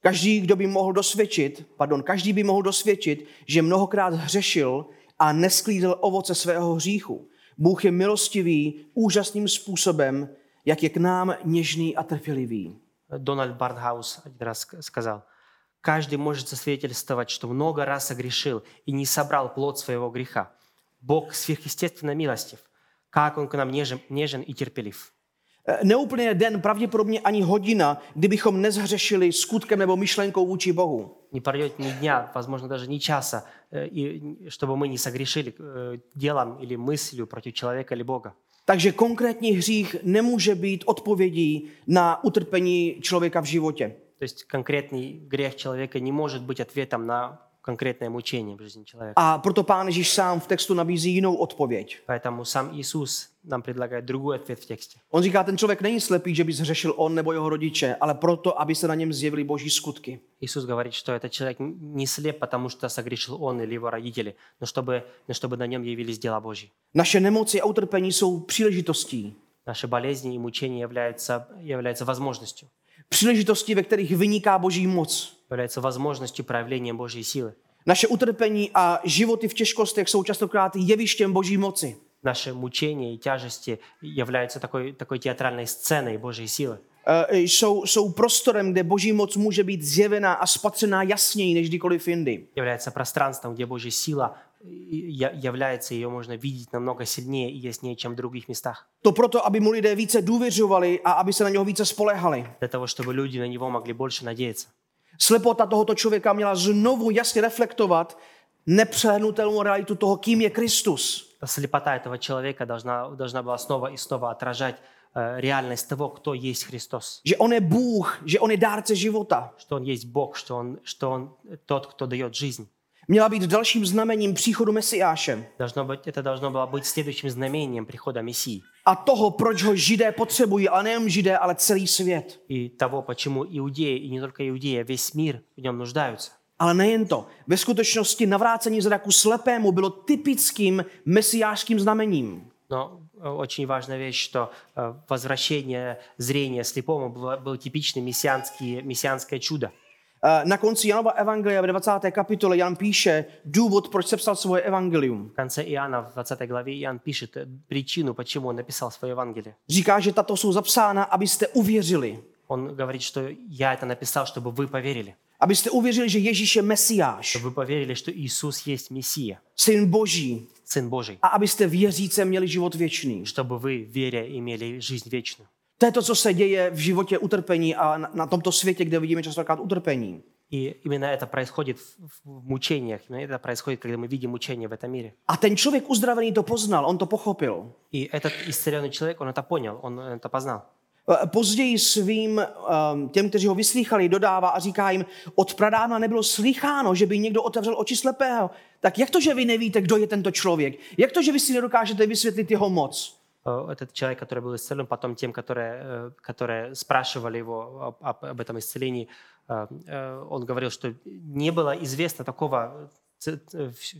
Speaker 1: Každý, kdo by mohl dosvědčit, pardon, každý by mohl dosvědčit, že mnohokrát hřešil a nesklízel ovoce svého hříchu. Bůh je milostivý úžasným způsobem, jak je k nám něžný a trpělivý.
Speaker 2: Дональд Барнхаус один раз ск- сказал, «Каждый может засвидетельствовать, что много раз согрешил и не собрал плод своего греха. Бог сверхъестественно милостив. Как Он к нам нежен, нежен и терпелив».
Speaker 1: Eh, Neuplyne den, pravděpodobně ani hodina, kdybychom nezhřešili skutkem nebo myšlenkou vůči Bohu.
Speaker 2: Не пройдет ни дня, возможно, даже ни часа, э, и чтобы мы не согрешили э, делом или мыслью против человека или Бога.
Speaker 1: Takže konkrétní hřích nemůže být odpovědí na utrpení člověka v životě.
Speaker 2: То есть конкретный грех человека не может быть ответом на конкретное мучение в жизни человека.
Speaker 1: A proto pán Ježíš sám v textu nabízí jinou odpověď.
Speaker 2: Поэтому сам Иисус нам предлагает другой ответ в тексте.
Speaker 1: On říká, ten člověk není slepý, že by zhřešil on nebo jeho rodiče, ale proto, aby se na něm zjevily boží skutky.
Speaker 2: Иисус говорит, что этот человек не слеп, потому что согрешил он или его родители, но чтобы, но чтобы на нем явились дела Божьи.
Speaker 1: Naše nemoci a utrpení jsou příležitostí.
Speaker 2: Наши болезни и мучения являются, являются возможностью.
Speaker 1: Příležitosti, ve kterých vyniká boží moc.
Speaker 2: Являются возможностью проявления Божьей силы.
Speaker 1: Naše utrpení a životy v těžkostech jsou častokrát jevištěm boží moci.
Speaker 2: Наши мучения и тяжести являются такой, такой театральной сценой Божьей силы.
Speaker 1: Eh, Jsou, jsou prostorem, kde boží moc může být zjevená a spatřená jasněji než kdykoliv jindy.
Speaker 2: Является пространством, где Божья сила и- я- является, ее можно видеть намного сильнее и яснее, чем в других местах.
Speaker 1: To proto, aby mu lidé více důvěřovali a aby se na něho více spolehali.
Speaker 2: Для того, чтобы люди на него могли больше надеяться.
Speaker 1: Slepota tohoto člověka měla znovu jasně reflektovat nepřehnutelnou realitu toho, kým je Kristus.
Speaker 2: Слепота этого человека должна, должна была снова и снова отражать э, реальность того, кто есть Христос.
Speaker 1: Že on je Bůh, že on je dárce života.
Speaker 2: Что Он есть Бог, что Он, что он тот, кто дает жизнь.
Speaker 1: Měla být dalším znamením příchodu Mesiáše
Speaker 2: Должно быть, это должно было быть следующим знамением прихода Мессии
Speaker 1: a toho, proč ho židé potřebují, ale nejen židé, ale celý svět.
Speaker 2: и того, почему иудеи, и не только иудеи, а весь mир в нем нуждаются.
Speaker 1: Ale nejen to. Ve skutečnosti navrácení zraku slepému bylo typickým mesiářským znamením.
Speaker 2: Но э, очень важная вещь, что э, возвращение зрения слепому было, было типичное мессианские- мессианское чудо.
Speaker 1: Eh, Na konci Janova evangelia ve 20. kapitole Jan píše důvod, proč se psal svoje evangelium.
Speaker 2: В конце Иоанна, в 20 главе, Иоанн пишет э, причину, почему он написал свое Евангелие.
Speaker 1: Říká, že tato jsou zapsána, abyste uvěřili.
Speaker 2: Он говорит, что я это написал, чтобы вы поверили.
Speaker 1: Abyste uvěřili, že Ježíš je Mesiáš,
Speaker 2: Чтобы вы поверили, что Иисус есть Мессия,
Speaker 1: Syn Boží.
Speaker 2: Сын Божий.
Speaker 1: A abyste věříce měli život věčný.
Speaker 2: Чтобы вы, веря, имели жизнь вечную.
Speaker 1: To je to, co se děje v životě utrpení a na- na tomto světě, kde vidíme častokrát utrpení.
Speaker 2: И именно это происходит в, в- в мучениях. Именно это происходит, когда мы видим мучения в этом мире.
Speaker 1: A ten člověk uzdravený to poznal, on to pochopil.
Speaker 2: И этот исцеленный человек, он это понял, он это познал.
Speaker 1: E, Později svým ehm, těm, kteří ho vyslýchali, dodává a říká jim, od pradávna nebylo slycháno, že by někdo otevřel oči slepého. Tak jak to, že vy nevíte, kdo je tento člověk? Jak to, že vy si nedokážete vysvětlit jeho moc?
Speaker 2: Э, Этот человек, который был исцелен, потом тем, которые, э, которые спрашивали его об, об- об этом исцелении, э, э, он говорил, что не было известно такого э,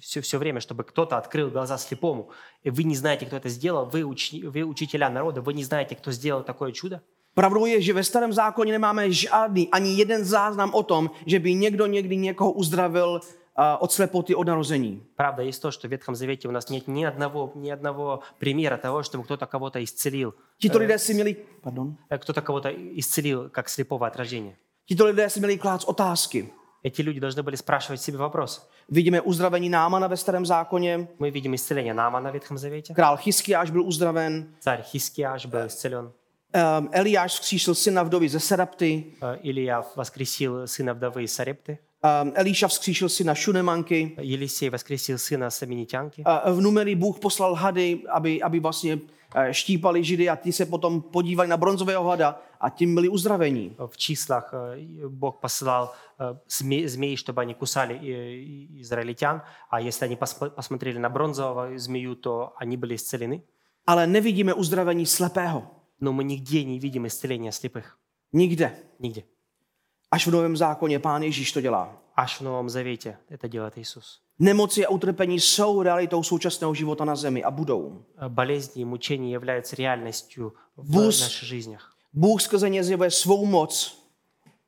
Speaker 2: все, все время, чтобы кто-то открыл глаза слепому. И вы не знаете, кто это сделал, вы, учни- вы учителя народа, вы не знаете, кто сделал такое чудо.
Speaker 1: Pravdou je, že ve starém zákoně nemáme žádný, ani jeden záznam o tom, že by někdo někdy někoho uzdravil uh, od slepoty od narození.
Speaker 2: Правда, есть то, что в Ветхом Завете у нас нет ни одного, ни одного примера того, чтобы кто-то кого-то исцелил,
Speaker 1: Tito lidé si měli, pardon,
Speaker 2: э, кто-то кого-то исцелил как слепого от рождения.
Speaker 1: tito lidé si měli klást otázky.
Speaker 2: Эти люди должны были спрашивать себе вопрос.
Speaker 1: Vidíme uzdravení Námana ve starém zákoně,
Speaker 2: Мы видим исцеление Наамана в Ветхом Завете.
Speaker 1: král Chyskiáš byl uzdraven,
Speaker 2: Царь Хискиаш был исцелен.
Speaker 1: um, Eliáš vzkříšil syna vdovy ze Serapty,
Speaker 2: Э, Илия воскресил сына вдовы из Сарепты. Э,
Speaker 1: um, Elíša vzkříšil syna Šunemanky,
Speaker 2: Елисей воскресил сына Саминитянки.
Speaker 1: uh, v Numeri Bůh poslal hady, aby, aby vlastně eh, štípali židy a ti se potom podívali na bronzového hada a tím byli uzdravení.
Speaker 2: В числах э, и Бог посылал э, зме- змей, чтобы они кусали э, и- израильтян. А если они посп- посмотрели на бронзового змею, то они были исцелены.
Speaker 1: Ale nevidíme uzdravení slepého.
Speaker 2: Но мы нигде не видим исцеления слепых.
Speaker 1: Nikde.
Speaker 2: Нигде.
Speaker 1: Až v Novém zákoně pán Ježíš to dělá.
Speaker 2: Аж в Новом Завете это делает Иисус.
Speaker 1: Nemoci a utrpení jsou realitou současného života na zemi a budou.
Speaker 2: Э, Болезни и мучения являются реальностью в э,
Speaker 1: Вуз.
Speaker 2: наших жизнях.
Speaker 1: Bůh skrze ně zjevuje svou moc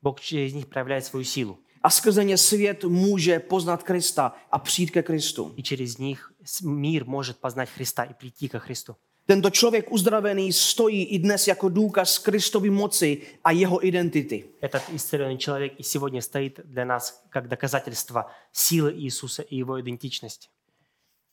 Speaker 2: Бог через них проявляет свою силу.
Speaker 1: a skrze ně svět může poznat Krista a přijít ke Kristu.
Speaker 2: и через них с- мир может познать Христа и прийти ко Христу.
Speaker 1: Tento člověk uzdravený stojí i dnes jako důkaz Kristovy moci a jeho identity.
Speaker 2: Этот исцеленный человек и сегодня стоит для нас как доказательство силы Иисуса и его идентичности.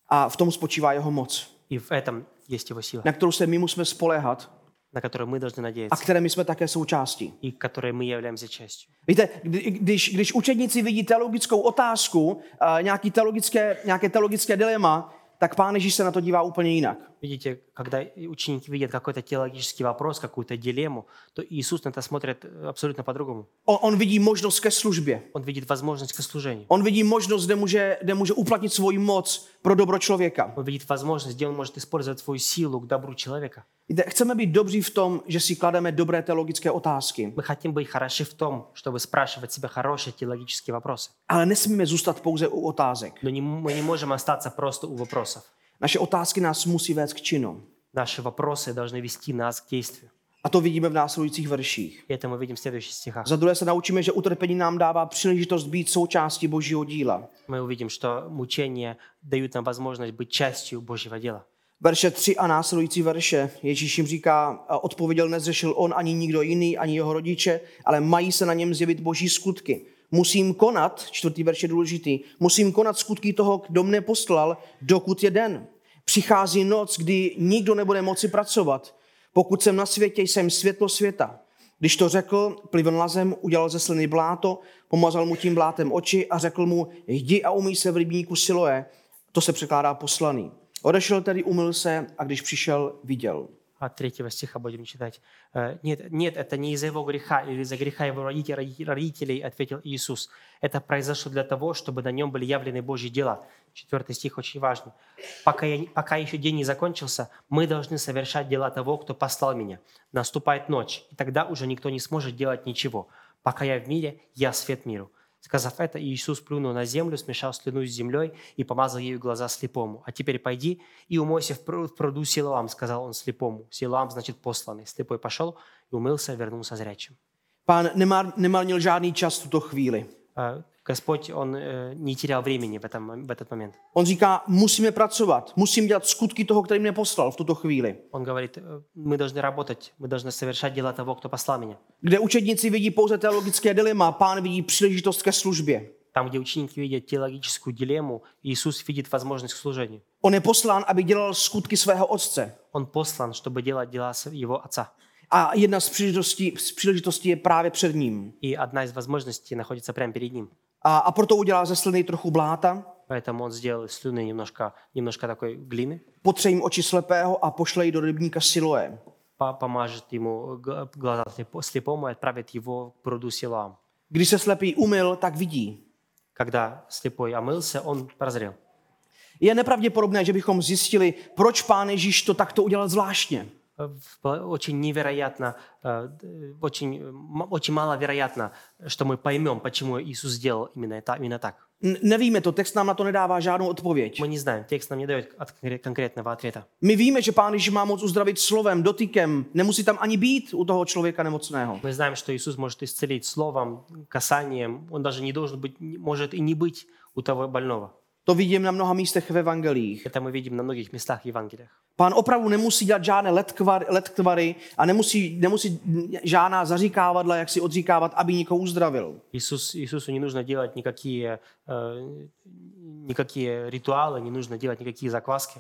Speaker 1: A v tom spočívá jeho moc,
Speaker 2: И в этом есть его сила,
Speaker 1: na kterou se my musíme spolehat,
Speaker 2: на которые мы должны
Speaker 1: a
Speaker 2: надеяться
Speaker 1: které my jsme také součástí.
Speaker 2: и которые мы являемся частью.
Speaker 1: Víte, kdy- když, když učedníci vidí teologickou otázku, eh, nějaký teologické, nějaké teologické dilema, tak pán Ježíš se na to dívá úplně jinak.
Speaker 2: Видите, когда и ученики видят какой-то теологический вопрос, какую-то дилемму, то Иисус на это смотрит э, абсолютно по-другому.
Speaker 1: On, on vidí možnost ke službě.
Speaker 2: Он видит возможность к служению.
Speaker 1: On vidí možnost, kde může, kde může uplatnit svoji moc pro dobro člověka.
Speaker 2: Он видит возможность, где он может использовать свою силу к добру человека.
Speaker 1: Víte, chceme být dobří v tom, že si klademe dobré teologické otázky,
Speaker 2: Мы хотим быть хороши в том, чтобы спрашивать себя хорошие теологические вопросы.
Speaker 1: ale nesmíme зůstat pouze u otázek.
Speaker 2: Но не- мы не можем остаться просто у вопросов.
Speaker 1: Naše otázky nás musí vést k činům.
Speaker 2: Наши вопросы должны вести нас к действию.
Speaker 1: A to vidíme v následujících verších.
Speaker 2: И это мы видим в следующих стихах.
Speaker 1: Za druhé se naučíme, že utrpení nám dává příležitost být součástí Božího díla.
Speaker 2: Мы увидим, что мучения дают нам возможность быть частью Божьего дела.
Speaker 1: Verše 3 a následující verše. Ježíš jim říká, "A odpověděl nezřešil on ani nikdo jiný, ani jeho rodiče, ale mají se na něm zjevit boží skutky. Musím konat, čtvrtý verš je důležitý, musím konat skutky toho, kdo mne poslal, dokud je den. Přichází noc, kdy nikdo nebude moci pracovat. Pokud jsem na světě, jsem světlo světa. Když to řekl, plivl na zem, udělal ze sliny bláto, pomazal mu tím blátem oči a řekl mu, jdi a umí se v rybníku Siloé. To se překládá poslaný. Odešel tedy, umyl se a když přišel, viděl.
Speaker 2: От третьего стиха будем читать. Э, «Нет, нет, это не из-за его греха или из-за греха его родите- роди- родителей», ответил Иисус. «Это произошло для того, чтобы на нем были явлены Божьи дела». Четвертый стих очень важный. «Пока, я, не- пока еще день не закончился, мы должны совершать дела того, кто послал меня. Наступает ночь, и тогда уже никто не сможет делать ничего. Пока я в мире, я свет миру». Сказав это, Иисус плюнул на землю, смешал слюну с землей и помазал ею глаза слепому. «А теперь пойди и умойся в пру- в пруду Силуам», — сказал он слепому. Силуам значит посланный. Слепой пошел и умылся, вернулся зрячим.
Speaker 1: Pán nemar, nemarnil žádný čas v tuto chvíli.
Speaker 2: Э, Господь, Он э, не терял времени в, этом, мом- в этот момент.
Speaker 1: On říká, musíme pracovat, musím dělat skutky toho, který mě poslal v tuto chvíli.
Speaker 2: Он говорит, э, мы должны работать, мы должны совершать дела того, кто послал меня.
Speaker 1: Kde učedníci vidí pouze teologické dilema, pán vidí příležitost ke službě.
Speaker 2: Там, где ученики видят теологическую дилемму, Иисус видит возможность к служению.
Speaker 1: On je poslán, aby dělal skutky svého otce.
Speaker 2: Он послан, чтобы делать дела с- Его Отца.
Speaker 1: A jedna z příležitostí, z příležitostí je právě před ním.
Speaker 2: И одна из возможностей находится прямо перед Ним.
Speaker 1: A, a proto udělá ze sliny trochu bláta,
Speaker 2: Поэтому он сделал из слюны немножко, немножко такой глины,
Speaker 1: potře jim oči slepého a pošle ji do rybníka Siloé.
Speaker 2: по- помажет ему г- глаза слепо- слепому и отправит его к пруду Силам.
Speaker 1: Když se slepý umyl, tak vidí.
Speaker 2: Когда слепой омылся, он прозрел.
Speaker 1: Je nepravděpodobné, že bychom zjistili, proč pán Ježíš to takto udělal zvláštně.
Speaker 2: Э, в- Очень невероятно, э, д- очень, м- очень маловероятно, что мы поймем, почему Иисус сделал именно, это, именно так.
Speaker 1: N- nevíme to, text nám na to nedává žádnou odpověď.
Speaker 2: Мы не знаем, текст нам не дает от- конкретного ответа.
Speaker 1: My víme, že pán Ježíš má moc uzdravit slovem, dotykem, nemusí tam ani být u toho člověka nemocného.
Speaker 2: Мы знаем, что Иисус может исцелить словом, касанием. Он даже не должен быть, не- может и не быть у того больного.
Speaker 1: To vidím na mnoha místech v evangelích.
Speaker 2: Это мы видим на многих местах в Евангелиях.
Speaker 1: Pán opravdu nemusí dělat žádné letkvary, letkvary a nemusí, nemusí žádná zaříkávadla, jak si odříkávat, aby někoho uzdravil.
Speaker 2: Иисус, Иисусу не нужно делать никакие, э, никакие ритуалы, не нужно делать никакие закваски,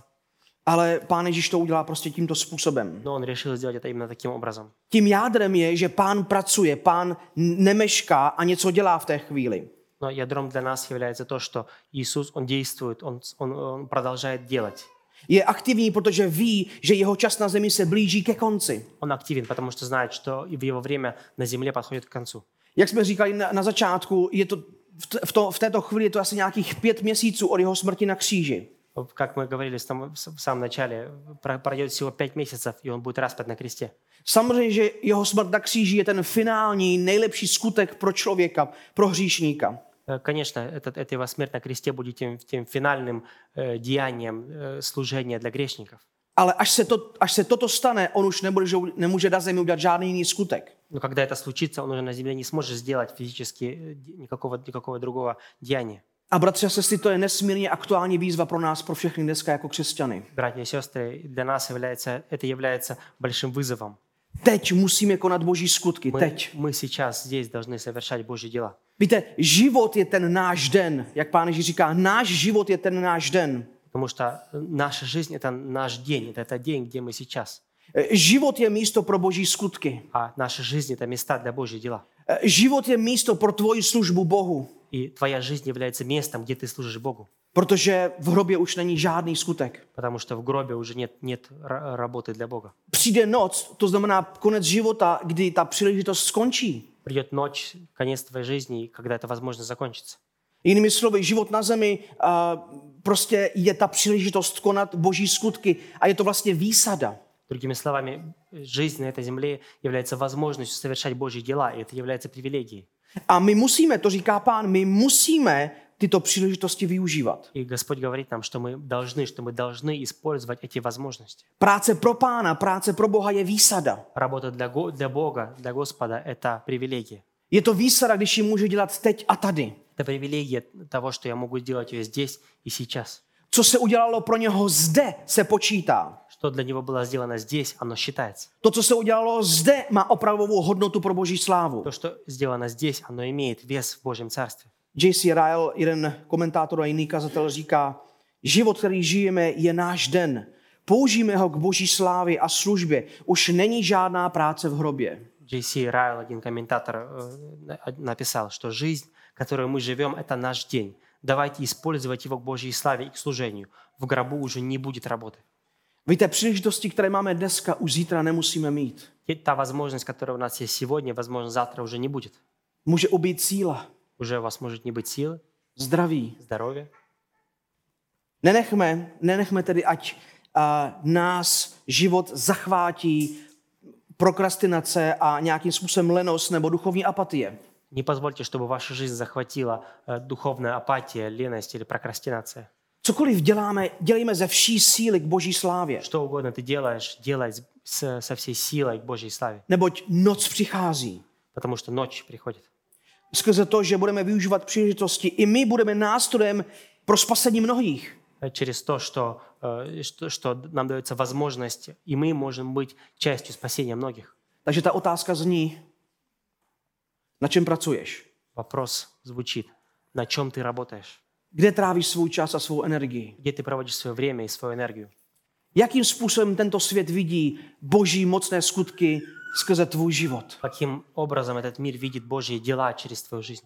Speaker 1: Ale pán Ježíš to udělá prostě tímto způsobem.
Speaker 2: но он решил сделать это именно таким образом.
Speaker 1: Tím jádrem je, že pán pracuje, pán nemešká a něco dělá v té chvíli.
Speaker 2: Но ядром для нас является то, что Иисус, Он действует, Он, он, он продолжает делать.
Speaker 1: Je aktivní, protože ví, že jeho čas na zemi se blíží ke konci.
Speaker 2: Он активен, потому что знает, что в его время na земле подходит к концу.
Speaker 1: Jak jsme říkali na, na začátku, je to v, t- v, to, v této chvíli je to asi nějakých pět měsíců od jeho smrti na kříži.
Speaker 2: Как мы говорили в самом, в самом начале, про- пройдет всего пять месяцев, и он будет распят на кресте.
Speaker 1: Samozřejmě, že jeho smrt na kříži je ten finální, nejlepší skutek pro člověka, pro hříšníka.
Speaker 2: Э, Конечно, этот, эта его смерть на кресте будет тем, тем финальным э, деянием э, служения для грешников.
Speaker 1: Ale až se, to, až se toto stane, on už nebude, nemůže na zemi udělat žádný jiný skutek.
Speaker 2: Но когда это случится, он уже на земле не сможет сделать физически э, де- никакого, никакого другого деяния.
Speaker 1: A bratři a sestry, to je nesmírně aktuální výzva pro nás, pro všechny dneska jako křesťany.
Speaker 2: Братья и сестры, для нас является, это является большим вызовом.
Speaker 1: Teď musíme konat boží skutky,
Speaker 2: Мы,
Speaker 1: teď.
Speaker 2: мы сейчас здесь должны совершать Божьи дела.
Speaker 1: Víte, život je ten náš den, jak pán Ježíš říká, náš život je ten náš den.
Speaker 2: э, Потому что наша жизнь – это наш день, это, это день, где мы сейчас.
Speaker 1: E, Život je místo pro boží skutky.
Speaker 2: А наши жизни – это места для Божьих дела.
Speaker 1: E, Život je místo pro tvoji službu Bohu,
Speaker 2: И твоя жизнь является местом, где ты служишь Богу.
Speaker 1: protože v hrobě už není žádný skutek.
Speaker 2: Потому что в гробе уже нет, нет ра- работы для Бога.
Speaker 1: Přijde noc, to znamená konec života, kdy ta příležitost skončí.
Speaker 2: Придет ночь, конец твоей жизни, и когда эта возможность закончится.
Speaker 1: Jinými slovy, život na zemi a, prostě je ta příležitost konat boží skutky a je to vlastně výsada.
Speaker 2: Другими словами, жизнь на этой земле является возможностью совершать Божьи дела, и это является привилегией.
Speaker 1: A my musíme, to říká pán, my musíme tyto příležitosti využívat.
Speaker 2: И Господь говорит нам, что мы должны, что мы должны использовать эти возможности.
Speaker 1: Práce pro pána, práce pro Boha je výsada.
Speaker 2: Работа для, Го- для Бога, для Господа – это привилегия.
Speaker 1: Je to výsada, když ji můžu dělat teď a tady.
Speaker 2: Это привилегия того, что я могу делать ее здесь и сейчас.
Speaker 1: Co se udělalo pro něho zde, se počítá.
Speaker 2: Что для него было сделано здесь, оно считается.
Speaker 1: To, co se udělalo zde, má opravdovou hodnotu pro boží slávu.
Speaker 2: То, что сделано здесь, оно имеет вес в Божьем Царстве.
Speaker 1: J.C. Ryle, jeden komentátor a jiný kazatel, říká, život, který žijeme, je náš den. Použijeme ho k boží slávě a službě. Už není žádná práce v hrobě.
Speaker 2: Джей Райл, один комментатор, э, на- написал, что жизнь, которую мы живем, это наш день. Давайте использовать его к Божьей славе и к служению. В гробу уже не будет работы.
Speaker 1: Víte, příležitosti, které máme dneska, už zítra nemusíme mít.
Speaker 2: И та возможность, которая у нас есть сегодня, возможно, завтра уже не будет.
Speaker 1: Může ubít síla,
Speaker 2: Уже у вас может не быть силы,
Speaker 1: zdraví.
Speaker 2: здоровья.
Speaker 1: Nenechme, nenechme tedy, ať a, nás život zachvátí prokrastinace a nějakým způsobem lenost nebo duchovní apatie.
Speaker 2: Не позвольте, чтобы вашу жизнь захватила э, духовная апатия, леность или прокрастинация.
Speaker 1: Cokoliv děláme, dělejme ze vší síly k boží slávě.
Speaker 2: Что угодно ты делаешь, делай с- с- со всей силой к Божьей славе,
Speaker 1: Neboť noc přichází.
Speaker 2: потому что ночь приходит.
Speaker 1: Skrze to, že budeme využívat příležitosti, i my budeme nástrojem pro spasení mnohých.
Speaker 2: Э, Через то, что, э, что, что нам дается возможность, и мы можем быть частью спасения многих.
Speaker 1: Takže ta otázka zní, na čem pracuješ?
Speaker 2: Вопрос звучит, на чем ты работаешь?
Speaker 1: Kde trávíš svůj čas a svou energii?
Speaker 2: Где ты проводишь свое время и свою энергию?
Speaker 1: Jakým způsobem tento svět vidí boží mocné skutky skrze tvůj život?
Speaker 2: Каким образом этот мир видит Божьи дела через твою жизнь?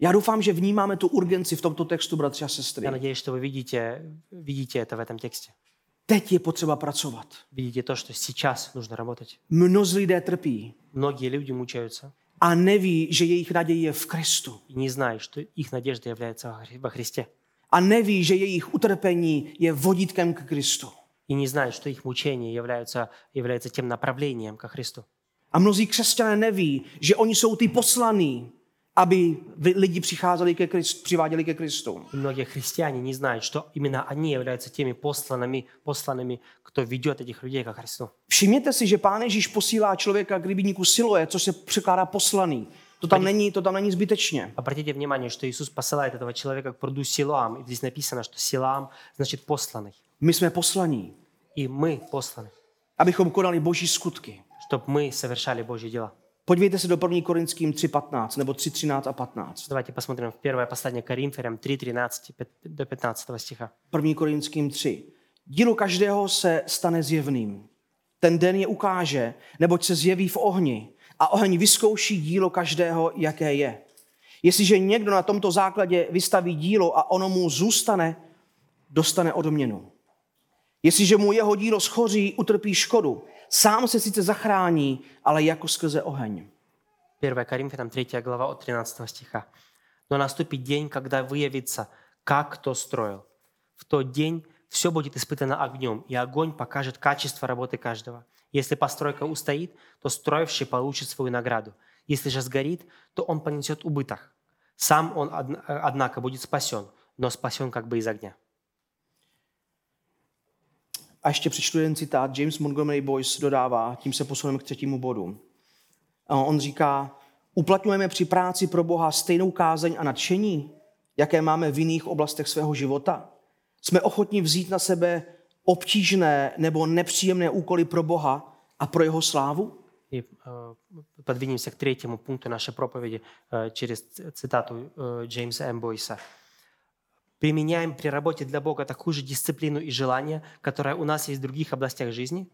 Speaker 1: Já doufám, že vnímáme tu urgenci v tomto textu, bratři a sestry.
Speaker 2: Я надеюсь, что вы видите, видите это в этом тексте.
Speaker 1: Teď je potřeba pracovat.
Speaker 2: Видите то, что сейчас нужно работать.
Speaker 1: Mnozí lidé trpí
Speaker 2: Многие люди мучаются
Speaker 1: a neví, že jejich naděje je v Kristu.
Speaker 2: и не знают, что их надежда является во Хри- во Христе.
Speaker 1: A neví, že jejich utrpení je vodítkem k Kristu.
Speaker 2: И не знают, что их мучения являются, являются тем направлением ко Христу.
Speaker 1: A mnozí křesťané neví, že oni jsou ty poslaní, aby vy- lidi přicházeli ke Kristu, přiváděli ke Kristu.
Speaker 2: И многие христиане не знают, что именно они являются теми посланными, посланными, кто ведет этих людей ко Христу.
Speaker 1: Všimněte si, že Pán Ježíš posílá člověka k rybníku Siloje, co se překládá poslaný. To tam není, to tam není zbytečně.
Speaker 2: Обратите внимание, что Иисус посылает этого человека к пруду Силам. И здесь написано, что Силам значит посланный.
Speaker 1: My jsme poslaní,
Speaker 2: И мы посланы,
Speaker 1: abychom konali boží skutky.
Speaker 2: чтобы мы совершали Божьи дела.
Speaker 1: Podívejte se do 1. Korinským 3.15 nebo 3.13 a 15.
Speaker 2: Давайте посмотрим в первое послание Коринфянам 3, 13 до 15 стиха.
Speaker 1: 1. Korinským 3. Dílo každého se stane zjevným. Ten den je ukáže, neboť se zjeví v ohni a oheň vyzkouší dílo každého, jaké je. Jestliže někdo na tomto základě vystaví dílo a ono mu zůstane, dostane odměnu. Jestliže mu jeho dílo schoří, utrpí škodu. Sám se sice zachrání, ale jako skrze oheň.
Speaker 2: 1 Коринфянам 3 глава от 13 стиха. «Но наступит день, когда выявится, как кто строил. В тот день все будет испытано огнем, и огонь покажет качество работы каждого. Если постройка устоит, то строивший получит свою награду. Если же сгорит, то он понесет убыток. Сам он, одн- э, однако, будет спасен, но спасен как бы из огня».
Speaker 1: A ještě přečtu jeden citát. James Montgomery Boyce dodává, tím se posuneme k třetímu bodu. A On říká, uplatňujeme při práci pro Boha stejnou kázeň a nadšení, jaké máme v jiných oblastech svého života. Jsme ochotní vzít na sebe obtížné nebo nepříjemné úkoly pro Boha a pro jeho slávu?
Speaker 2: И э, подвинемся к третьему пункту нашей проповеди э, через ц- цитату э, Джеймса М. Бойса. «Применяем при работе для Бога такую же дисциплину и желание, которое у нас есть в других областях жизни.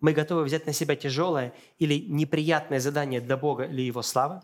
Speaker 2: мы готовы взять на себя тяжелое или неприятное задание для Бога или Его славы,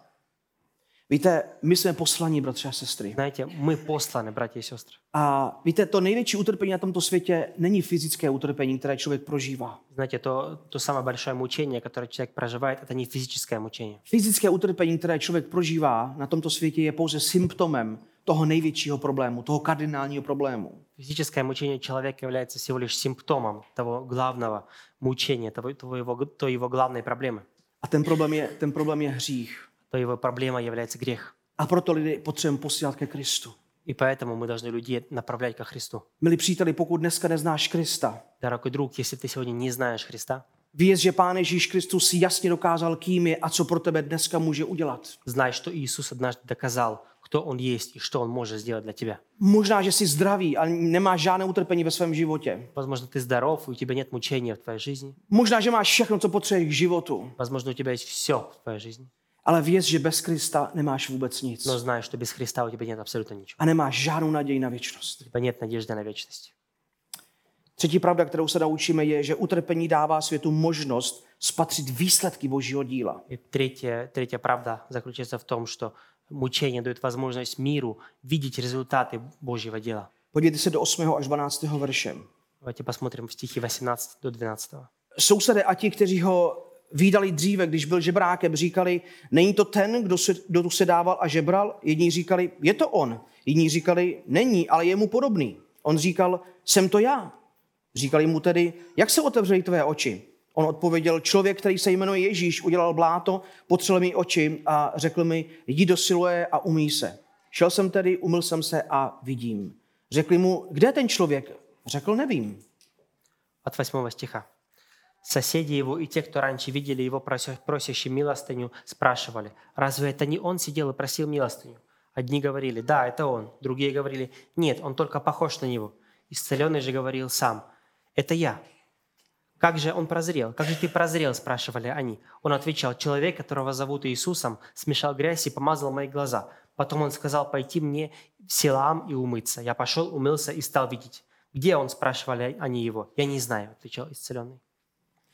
Speaker 1: Víte, my jsme poslaní, bratři a sestry.
Speaker 2: знаете, мы посланы, братья и сестры.
Speaker 1: A víte, to největší utrpení na tomto světě není fyzické utrpení, které člověk prožívá.
Speaker 2: Знаете, то, то самое большое мучение, которое человек проживает, это не физическое мучение.
Speaker 1: Fyzické utrpení, které člověk prožívá na tomto světě, je pouze symptomem toho největšího problému, toho kardinálního problému.
Speaker 2: Физическое мучение человека является всего лишь симптомом того главного мучения, того, того его, той его главной проблемы.
Speaker 1: A ten problém je, ten problém je hřích.
Speaker 2: То его проблема является грех.
Speaker 1: A proto lidi potřebujeme posílat ke Kristu.
Speaker 2: И поэтому мы должны людей направлять ко Христу.
Speaker 1: Milí příteli, pokud dneska neznáš Krista,
Speaker 2: Дорогой друг, если ты сегодня не знаешь Христа,
Speaker 1: věz, že Pán Ježíš Kristus si jasně dokázal, kým je a co pro tebe dneska může udělat.
Speaker 2: знай, что Иисус однажды доказал, кто Он есть и что Он может сделать для тебя.
Speaker 1: Možná, že jsi zdravý a nemáš žádné utrpení ve svém životě.
Speaker 2: Возможно, ты здоров, и у тебя нет мучения в твоей жизни.
Speaker 1: Možná, že máš všechno, co potřebuješ k životu.
Speaker 2: Возможно, у тебя есть все в твоей жизни.
Speaker 1: Ale věz, že bez Krista nemáš vůbec nic.
Speaker 2: Но знаешь, что без Христа у тебя нет абсолютно ничего.
Speaker 1: A nemáš žádnou naději na věčnost.
Speaker 2: У тебя нет надежды на вечность.
Speaker 1: Třetí pravda, kterou se naučíme, je, že utrpení dává světu možnost spatřit výsledky Božího díla.
Speaker 2: И третья, третья правда заключается в том, что мучение дает возможность миру видеть результаты Божьего дела.
Speaker 1: Podívejte se do 8. až 12. verše.
Speaker 2: Давайте посмотрим в стихи 18 до 12.
Speaker 1: Sousedé a ti, kteří ho výdali dříve, když byl žebrákem, říkali, není to ten, kdo, se, kdo tu se dával a žebral? Jedni říkali, je to on. Jiní říkali, není, ale je mu podobný. On říkal, jsem to já. Říkali mu tedy, jak se otevřely tvé oči? On odpověděl, člověk, který se jmenuje Ježíš, udělal bláto, potřel mi oči a řekl mi, jdi do Siloé a umý se. Šel jsem tedy, umyl jsem se a vidím. Řekli mu, kde je ten člověk? Řekl, nevím.
Speaker 2: от 8 стиха. Соседи его и те, кто раньше видели его прося- просящим милостыню, спрашивали, разве это не он сидел и просил милостыню? Одни говорили, да, это он. Другие говорили, нет, он только похож на него. Исцеленный же говорил сам, это я. Как же он прозрел? Как же ты прозрел? спрашивали они. Он отвечал, человек, которого зовут Иисусом, смешал грязь и помазал мои глаза. Потом он сказал, пойти мне в Силаам и умыться. Я пошел, умылся и стал видеть. Где он? спрашивали они его. Я не знаю, отвечал исцеленный.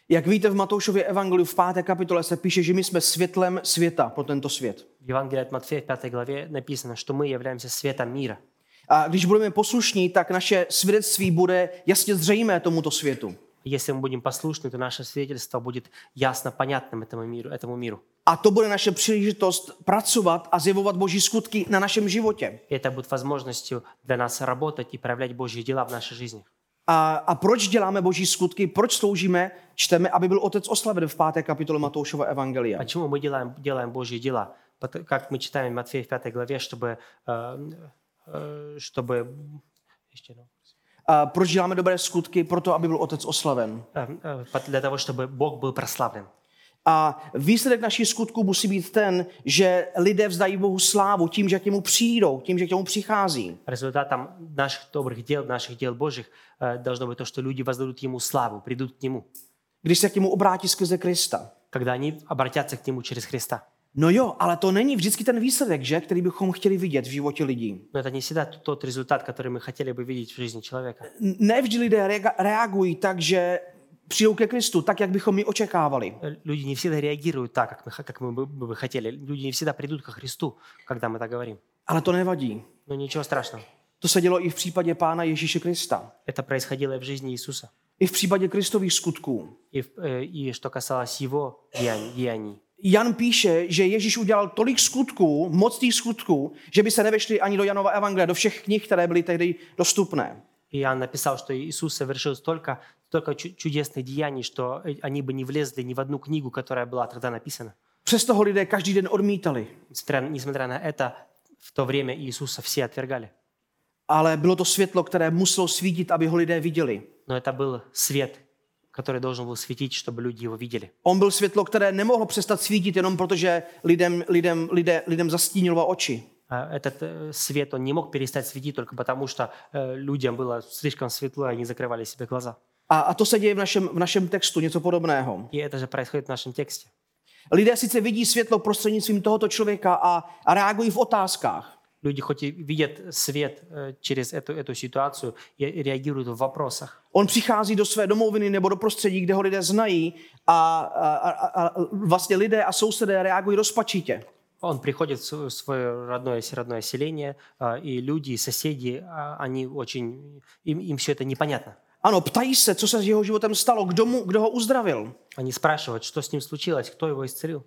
Speaker 1: Jak víte, v Matoušově evangeliu v páté kapitole se píše, že my jsme světlem světa pro tento svět.
Speaker 2: В Евангелии от Матфея в 5 главе написано, что мы являемся светом мира.
Speaker 1: A když budeme poslušní, tak naše svědectví bude jasně zřejmé tomuto světu.
Speaker 2: Если мы будем послушны, то наше свидетельство будет ясно понятным этому миру. Этому миру.
Speaker 1: A to bude naše příležitost pracovat a zjevovat boží skutky na našem životě.
Speaker 2: И это будет возможностью для нас работать и проявлять Божьи дела в нашей жизни.
Speaker 1: A, a proč děláme boží skutky, proč sloužíme, čteme, aby byl otec oslaven v páté kapitole Matoušova evangelia.
Speaker 2: Почему мы делаем, делаем Божьи дела? Пот- Как мы читаем в Матфея в 5 главе, чтобы, э, э, чтобы еще раз.
Speaker 1: A proč děláme dobré skutky, proto aby byl otec oslaven.
Speaker 2: Э, э, под- для того, чтобы Бог был прославлен.
Speaker 1: A výsledek našich skutků musí být ten, že lidé vzdají Bohu slávu tím, že k němu přijdou, tím, že k němu přichází.
Speaker 2: Результатом наших добрых дел, наших дел Божьих э, должно быть то, что люди воздадут Ему славу, придут к Нему,
Speaker 1: Když se k němu obrátí skrze Krista.
Speaker 2: когда они обратятся к Нему через Христа.
Speaker 1: No jo, ale to není vždycky ten výsledek, že, který bychom chtěli vidět v životě lidí.
Speaker 2: Но это не всегда т- тот результат, который мы хотели бы видеть в жизни человека.
Speaker 1: N- Ne vždy lidé reaga- reagují tak, že přijdou ke Kristu, tak, jak bychom my očekávali.
Speaker 2: Э, Люди не всегда реагируют так, как мы, х- как мы бы, мы бы хотели. Люди не всегда придут ко Христу, когда мы так говорим.
Speaker 1: Ale to nevadí.
Speaker 2: Но ничего страшного.
Speaker 1: To se dělo i v případě Pána Ježíše Krista.
Speaker 2: Это происходило и в жизни Иисуса.
Speaker 1: I v případě Kristových skutků.
Speaker 2: И, в- э, и что касалось Его деяний, деяний.
Speaker 1: Jan píše, že Ježíš udělal tolik skutků, mocných skutků, že by se nevešly ani do Janova evangelia, do všech knih, které byly tehdy dostupné.
Speaker 2: Иоанн написал, что Иисус совершил столько, столько чу- чудесных деяний, что э, они бы не влезли ни в одну книгу, которая была тогда написана.
Speaker 1: Přesto ho lidé každý den odmítali.
Speaker 2: Несмотря, несмотря на это, в то время Иисуса все отвергали.
Speaker 1: Ale bylo to světlo, které muselo svítit, aby ho lidé viděli.
Speaker 2: Но это был свет, который должен был светить, чтобы люди его видели.
Speaker 1: On byl světlo, které nemohlo přestat svítit jenom protože lidem, lidem, lidé, lidem zastínilo oči.
Speaker 2: А Этот э, свет, он не мог перестать светить только потому, что э, людям было слишком светло, и они закрывали себе глаза.
Speaker 1: A, a to se děje v našem, v našem textu, něco podobného.
Speaker 2: И это же происходит в našem тексте.
Speaker 1: Lidé sice vidí světlo prostřednictvím tohoto člověka a, a reagují v otázkách.
Speaker 2: Люди хоть и видят свет э, через эту, эту ситуацию и реагируют в вопросах.
Speaker 1: On přichází do své domoviny nebo do prostředí, kde ho lidé znají a, a, a, a vlastně lidé a sousedé reagují rozpačitě.
Speaker 2: Он приходит в свое- свое родное с- родное селение, а, и люди, и соседи, а, они очень, им, им все это непонятно.
Speaker 1: Ano, ptají se, co se s jeho životem stalo, kdo, mu, kdo ho uzdravil.
Speaker 2: Они спрашивают, что с ним случилось, кто его исцелил.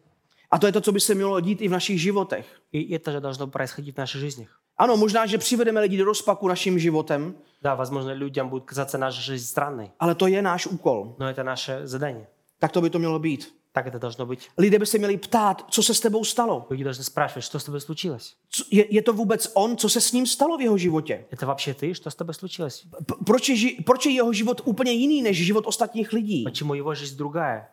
Speaker 1: A to je to, co by se mělo dít i v našich životech.
Speaker 2: И это же должно происходить в наших жизнях.
Speaker 1: Ano, možná, že přivedeme lidi do rozpaku naším životem,
Speaker 2: Да, возможно, людям будет казаться наша жизнь странной,
Speaker 1: ale to je náš úkol.
Speaker 2: но это наше задание.
Speaker 1: Tak to by to mělo být.
Speaker 2: Так это должно быть.
Speaker 1: Lidé by se měli ptát, co se s tebou stalo.
Speaker 2: Люди должны спрашивать, что с тобой случилось?
Speaker 1: Co- Je, je to vůbec on, co se s ním stalo v jeho životě?
Speaker 2: Это вообще ты? Что с тобой случилось?
Speaker 1: P- proč, je, ži- proč je jeho život úplně jiný než život ostatních lidí?
Speaker 2: Почему его жизнь другая?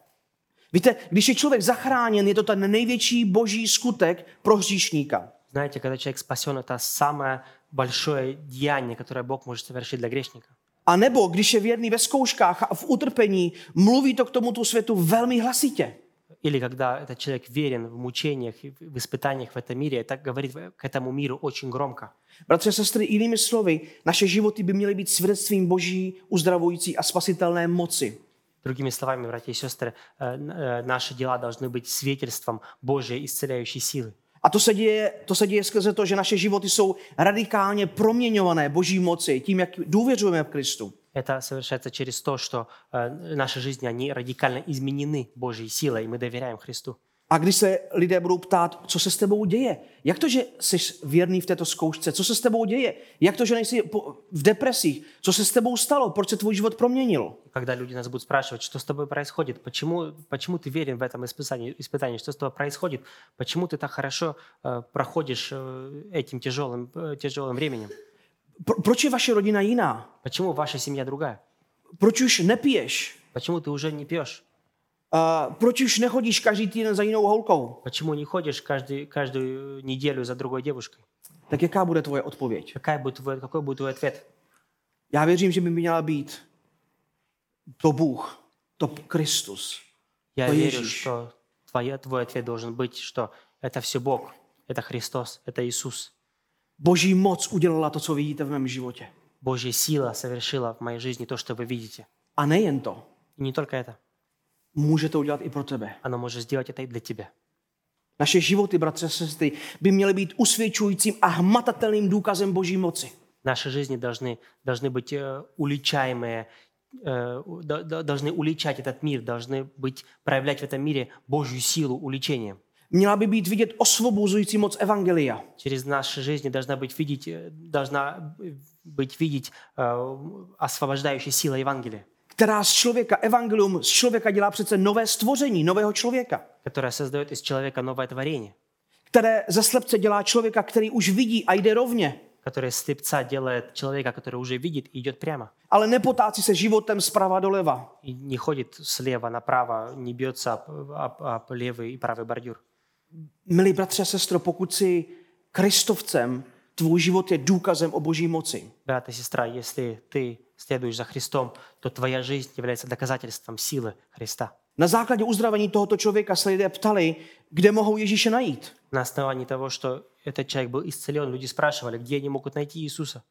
Speaker 1: Víte, když je člověk zachráněn, je to ten největší boží skutek pro hříšníka.
Speaker 2: Знаете, когда человек спасен, это самое большое деяние, которое Бог может совершить для грешника.
Speaker 1: A nebo když je věrný ve zkouškách a v utrpení, mluví to k tomuto světu velmi hlasitě.
Speaker 2: Или когда этот человек верен в мучениях и в испытаниях в этом мире, это говорит к этому миру очень громко.
Speaker 1: Bratři a sestry, jinými slovy, naše životy by měly být svědectvím boží, uzdravující a spasitelné moci.
Speaker 2: Другими словами, братья и сестры, э, н- э, наши дела должны быть свидетельством Божьей исцеляющей силы.
Speaker 1: A to se, děje, to se děje skrze to, že naše životy jsou radikálně proměňované boží moci tím, jak důvěřujeme v Kristu.
Speaker 2: Это совершается через то, что э, наши жизни, они радикально изменены Божьей силой, и мы доверяем Христу.
Speaker 1: A když se lidé budou ptát, co se s tebou děje, jak to, že jsi věrný v této zkoušce, co se s tebou děje, jak to, že nejsi po- v depresích, co se s tebou stalo, proč se tvůj život proměnil.
Speaker 2: Когда люди нас будут спрашивать, что с тобой происходит, почему, почему ты верен в этом испытании, испытании, что с тобой происходит, почему ты так хорошо э, проходишь э, этим тяжелым, э, тяжелым временем,
Speaker 1: Pro, proč je vaše rodina jiná?
Speaker 2: почему ваша семья другая,
Speaker 1: Proč už nepiješ?
Speaker 2: почему ты уже не пьешь,
Speaker 1: Uh, proč už nechodíš každý týden za jinou holkou?
Speaker 2: почему не ходишь каждый, каждую неделю за другой девушкой.
Speaker 1: Tak jaká bude tvoje odpověď?
Speaker 2: Какая будет твой, какой будет твой ответ?
Speaker 1: Já věřím, že by měla být to Bůh, to Kristus.
Speaker 2: Я
Speaker 1: Твой
Speaker 2: верю,
Speaker 1: Иисус.
Speaker 2: что твоя, твой ответ должен быть, что это все Бог, это Христос, это Иисус.
Speaker 1: Boží moc udělala to, co vidíte v mém životě.
Speaker 2: Божья сила совершила в моей жизни то, что вы видите.
Speaker 1: A nejen to,
Speaker 2: И не только это,
Speaker 1: může to udělat i pro tebe.
Speaker 2: она может сделать это и для тебя.
Speaker 1: Naše životy, bratře a sestry, by měly být usvědčujícím a hmatatelným důkazem Boží moci.
Speaker 2: Наши жизни должны, должны быть э, уличаемые, э, у- до- до- должны уличать этот мир, должны быть, проявлять в этом мире Божью силу уличением.
Speaker 1: Měla by být vidět osvobozující moc Evangelia.
Speaker 2: Через наши жизни должна быть видеть, э, должна э, быть видеть э, освобождающая сила Евангелия,
Speaker 1: která z člověka, evangelium z člověka dělá přece nové stvoření, nového člověka,
Speaker 2: которая создает из человека новое творение,
Speaker 1: které ze slepce dělá člověka, který už vidí a jde rovně,
Speaker 2: которая из слепца делает человека, который уже vidит и идет прямо.
Speaker 1: ale nepotácí se životem zprava doleva.
Speaker 2: И не ходит слева направо, не бьется об, об- об левый и правый бордюр.
Speaker 1: Milí bratře a sestro, pokud jsi kristovcem, tvůj život je důkazem o boží moci.
Speaker 2: Брат и сестра, если ты следуешь за Христом, то твоя жизнь является доказательством силы Христа.
Speaker 1: Na základě uzdravení tohoto člověka se lidé ptali, kde mohou Ježíše najít.
Speaker 2: На основании того, что этот человек был исцелен, люди спрашивали, где они могут найти Иисуса.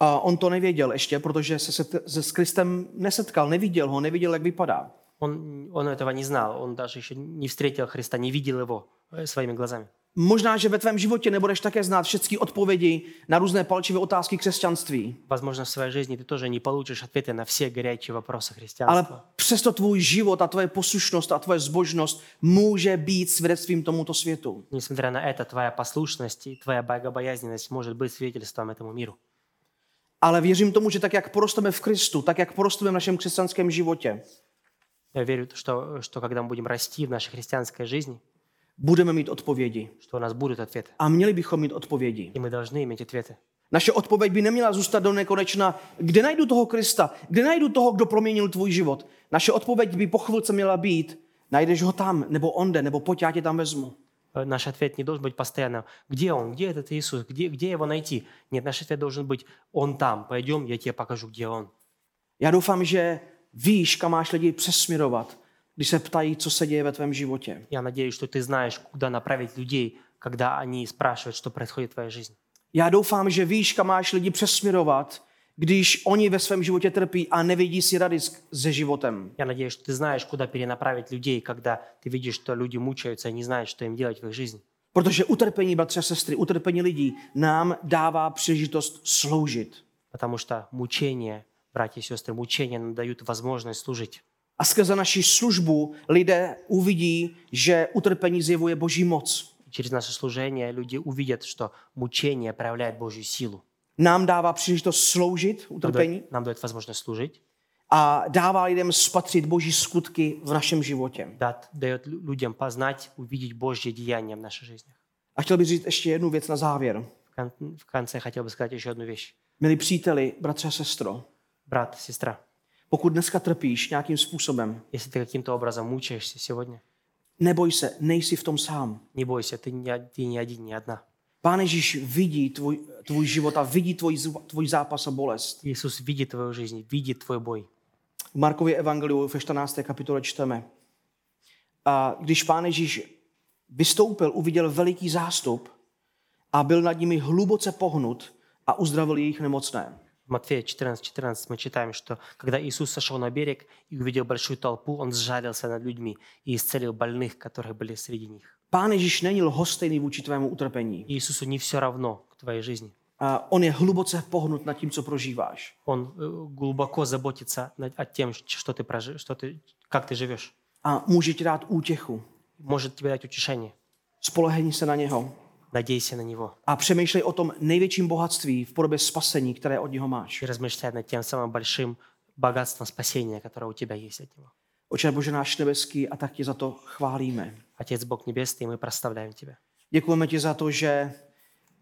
Speaker 1: A on to nevěděl ještě, protože se, se, se s Kristem nesetkal, neviděl ho, neviděl, jak vypadá.
Speaker 2: Он, он этого не знал, он даже еще не встретил Христа, не видел его э, своими глазами.
Speaker 1: Možná, že ve tvém životě nebudeš také znát všechny odpovědi na různé palčivé otázky křesťanství.
Speaker 2: Возможно, в своей жизни ты тоже не получишь ответы на все горячие вопросы
Speaker 1: Ale
Speaker 2: христианства.
Speaker 1: přesto tvůj život a tvoje poslušnost a tvoje zbožnost může být svědectvím tomuto světu.
Speaker 2: Несмотря на это, твоя послушность и твоя богобоязненность может быть свидетельством этому миру.
Speaker 1: Ale věřím tomu, že tak, jak porosteme v Kristu, tak, jak porosteme v našem křesťanském životě,
Speaker 2: Я верю, что, что когда мы будем расти в нашей христианской жизни,
Speaker 1: budeme mít odpovědi.
Speaker 2: что у нас будут ответы.
Speaker 1: A měli bychom mít odpovědi.
Speaker 2: И мы должны иметь ответы.
Speaker 1: Naše odpověď by neměla zůstat do nekonečna, kde najdu toho Krista, kde najdu toho, kdo proměnil tvůj život. Naše odpověď by po chvilce měla být, najdeš ho tam, nebo onde, nebo pojď, já tě tam vezmu.
Speaker 2: Э, Наш ответ не должен быть постоянно «Где он? Где этот Иисус? Где, где его найти?» Нет, наш ответ должен быть «Он там, пойдем, я тебе покажу, где он».
Speaker 1: Já doufám, že víš, kam máš lidi přesměrovat, když se ptají, co se děje ve tvém životě.
Speaker 2: Я надеюсь, что ты знаешь, куда направить людей, когда они спрашивают, что происходит в твоей жизни.
Speaker 1: Já doufám, že víš, kam máš lidi přesměrovat, když oni ve svém životě trpí a nevidí si rady s- se životem.
Speaker 2: Я надеюсь, что ты знаешь, куда перенаправить людей, когда ты видишь, что люди мучаются и не знают, что им делать в их жизни.
Speaker 1: Protože utrpení, bratři a sestry, utrpení lidí nám dává příležitost sloužit.
Speaker 2: Потому что мучения, братья и сестры, мучения нам дают возможность служить.
Speaker 1: A skrze naši službu lidé uvidí, že utrpení zjevuje Boží moc.
Speaker 2: И через наше служение люди увидят, что мучение проявляет Божью силу.
Speaker 1: Nám dává příležitost sloužit
Speaker 2: Нам
Speaker 1: utrpení
Speaker 2: дает, нам дает возможность служить,
Speaker 1: a dává lidem spatřit Boží skutky v našem životě.
Speaker 2: да- дает лю- людям познать, увидеть Божье деяние в нашей жизни.
Speaker 1: A chtěl bych říct ještě jednu věc na závěr.
Speaker 2: В кон- в конце хотел бы сказать еще одну вещь.
Speaker 1: Milí příteli, bratře a sestro,
Speaker 2: Брат, сестра,
Speaker 1: pokud dneska trpíš nějakým způsobem,
Speaker 2: если ты каким-то образом мучаешься сегодня,
Speaker 1: neboj se, nejsi v tom sám.
Speaker 2: не бойся, ты не, од- ты не один, не одна.
Speaker 1: Pán Ježíš vidí tvůj, tvůj život a vidí tvůj, zv- tvůj zápas a bolest.
Speaker 2: Иисус видит твою жизнь, видит твой бой.
Speaker 1: V Markově evangeliu ve 14. kapitole čteme. A když pán Ježíš vystoupil, uviděl veliký zástup a byl nad nimi hluboce pohnut a uzdravil jejich nemocné.
Speaker 2: В Матфея 14, 14 мы читаем, что когда Иисус сошел на берег и увидел большую толпу, он сжалился над людьми и исцелил больных, которые были среди них.
Speaker 1: Pán Ježíš není lhostejný vůči tvému utrpení.
Speaker 2: Иисусу не все равно к твоей жизни.
Speaker 1: A on je hluboce pohnut nad tím, co prožíváš.
Speaker 2: Он э, глубоко заботится над- о тем, что ты прожи, что ты, как ты живешь.
Speaker 1: A může ti dát útěchu.
Speaker 2: Может тебе дать утешение.
Speaker 1: Spolehni se na něho.
Speaker 2: Надейся на Него
Speaker 1: A přemýšlej o tom největším bohatství v podobě spasení, které od něho máš.
Speaker 2: и размышляй над тем самым большим богатством спасения, которое у тебя есть от Него.
Speaker 1: Oče Bože náš nebeský, a tak tě za to chválíme.
Speaker 2: Отец Бог Небесный, мы прославляем Тебя.
Speaker 1: Děkujeme ti za to, že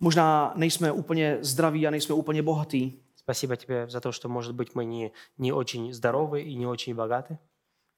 Speaker 1: možná nejsme úplně zdraví a nejsme úplně bohatí,
Speaker 2: Спасибо Тебе за то, что, может быть, мы не, не очень здоровы и не очень богаты,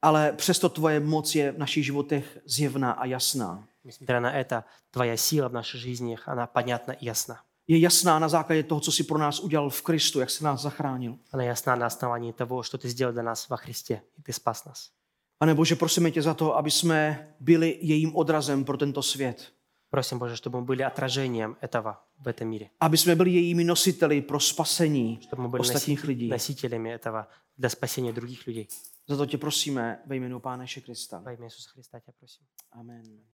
Speaker 1: ale přesto tvoje moc je v našich životech zjevná a jasná.
Speaker 2: Несмотря на это, твоя сила в нашей жизни, она понятна и ясна.
Speaker 1: Je jasná na základě toho, co jsi pro nás udělal v Kristu, jak jsi nás zachránil.
Speaker 2: Она ясна на основании того, что ты сделал для нас во Христе, и ты спас нас.
Speaker 1: Pane Bože, prosíme tě za to, aby jsme byli jejím odrazem pro tento svět.
Speaker 2: Просим, Боже, чтобы мы были отражением этого в этом мире.
Speaker 1: Aby jsme byli jejími nositeli pro spasení
Speaker 2: Чтобы мы были
Speaker 1: ostatních
Speaker 2: носи-
Speaker 1: lidí.
Speaker 2: носителями этого для спасения других людей.
Speaker 1: Za to tě prosíme ve jménu Pána Ježíše Krista.
Speaker 2: Во имя Иисуса Христа тебя просим.
Speaker 1: Amen.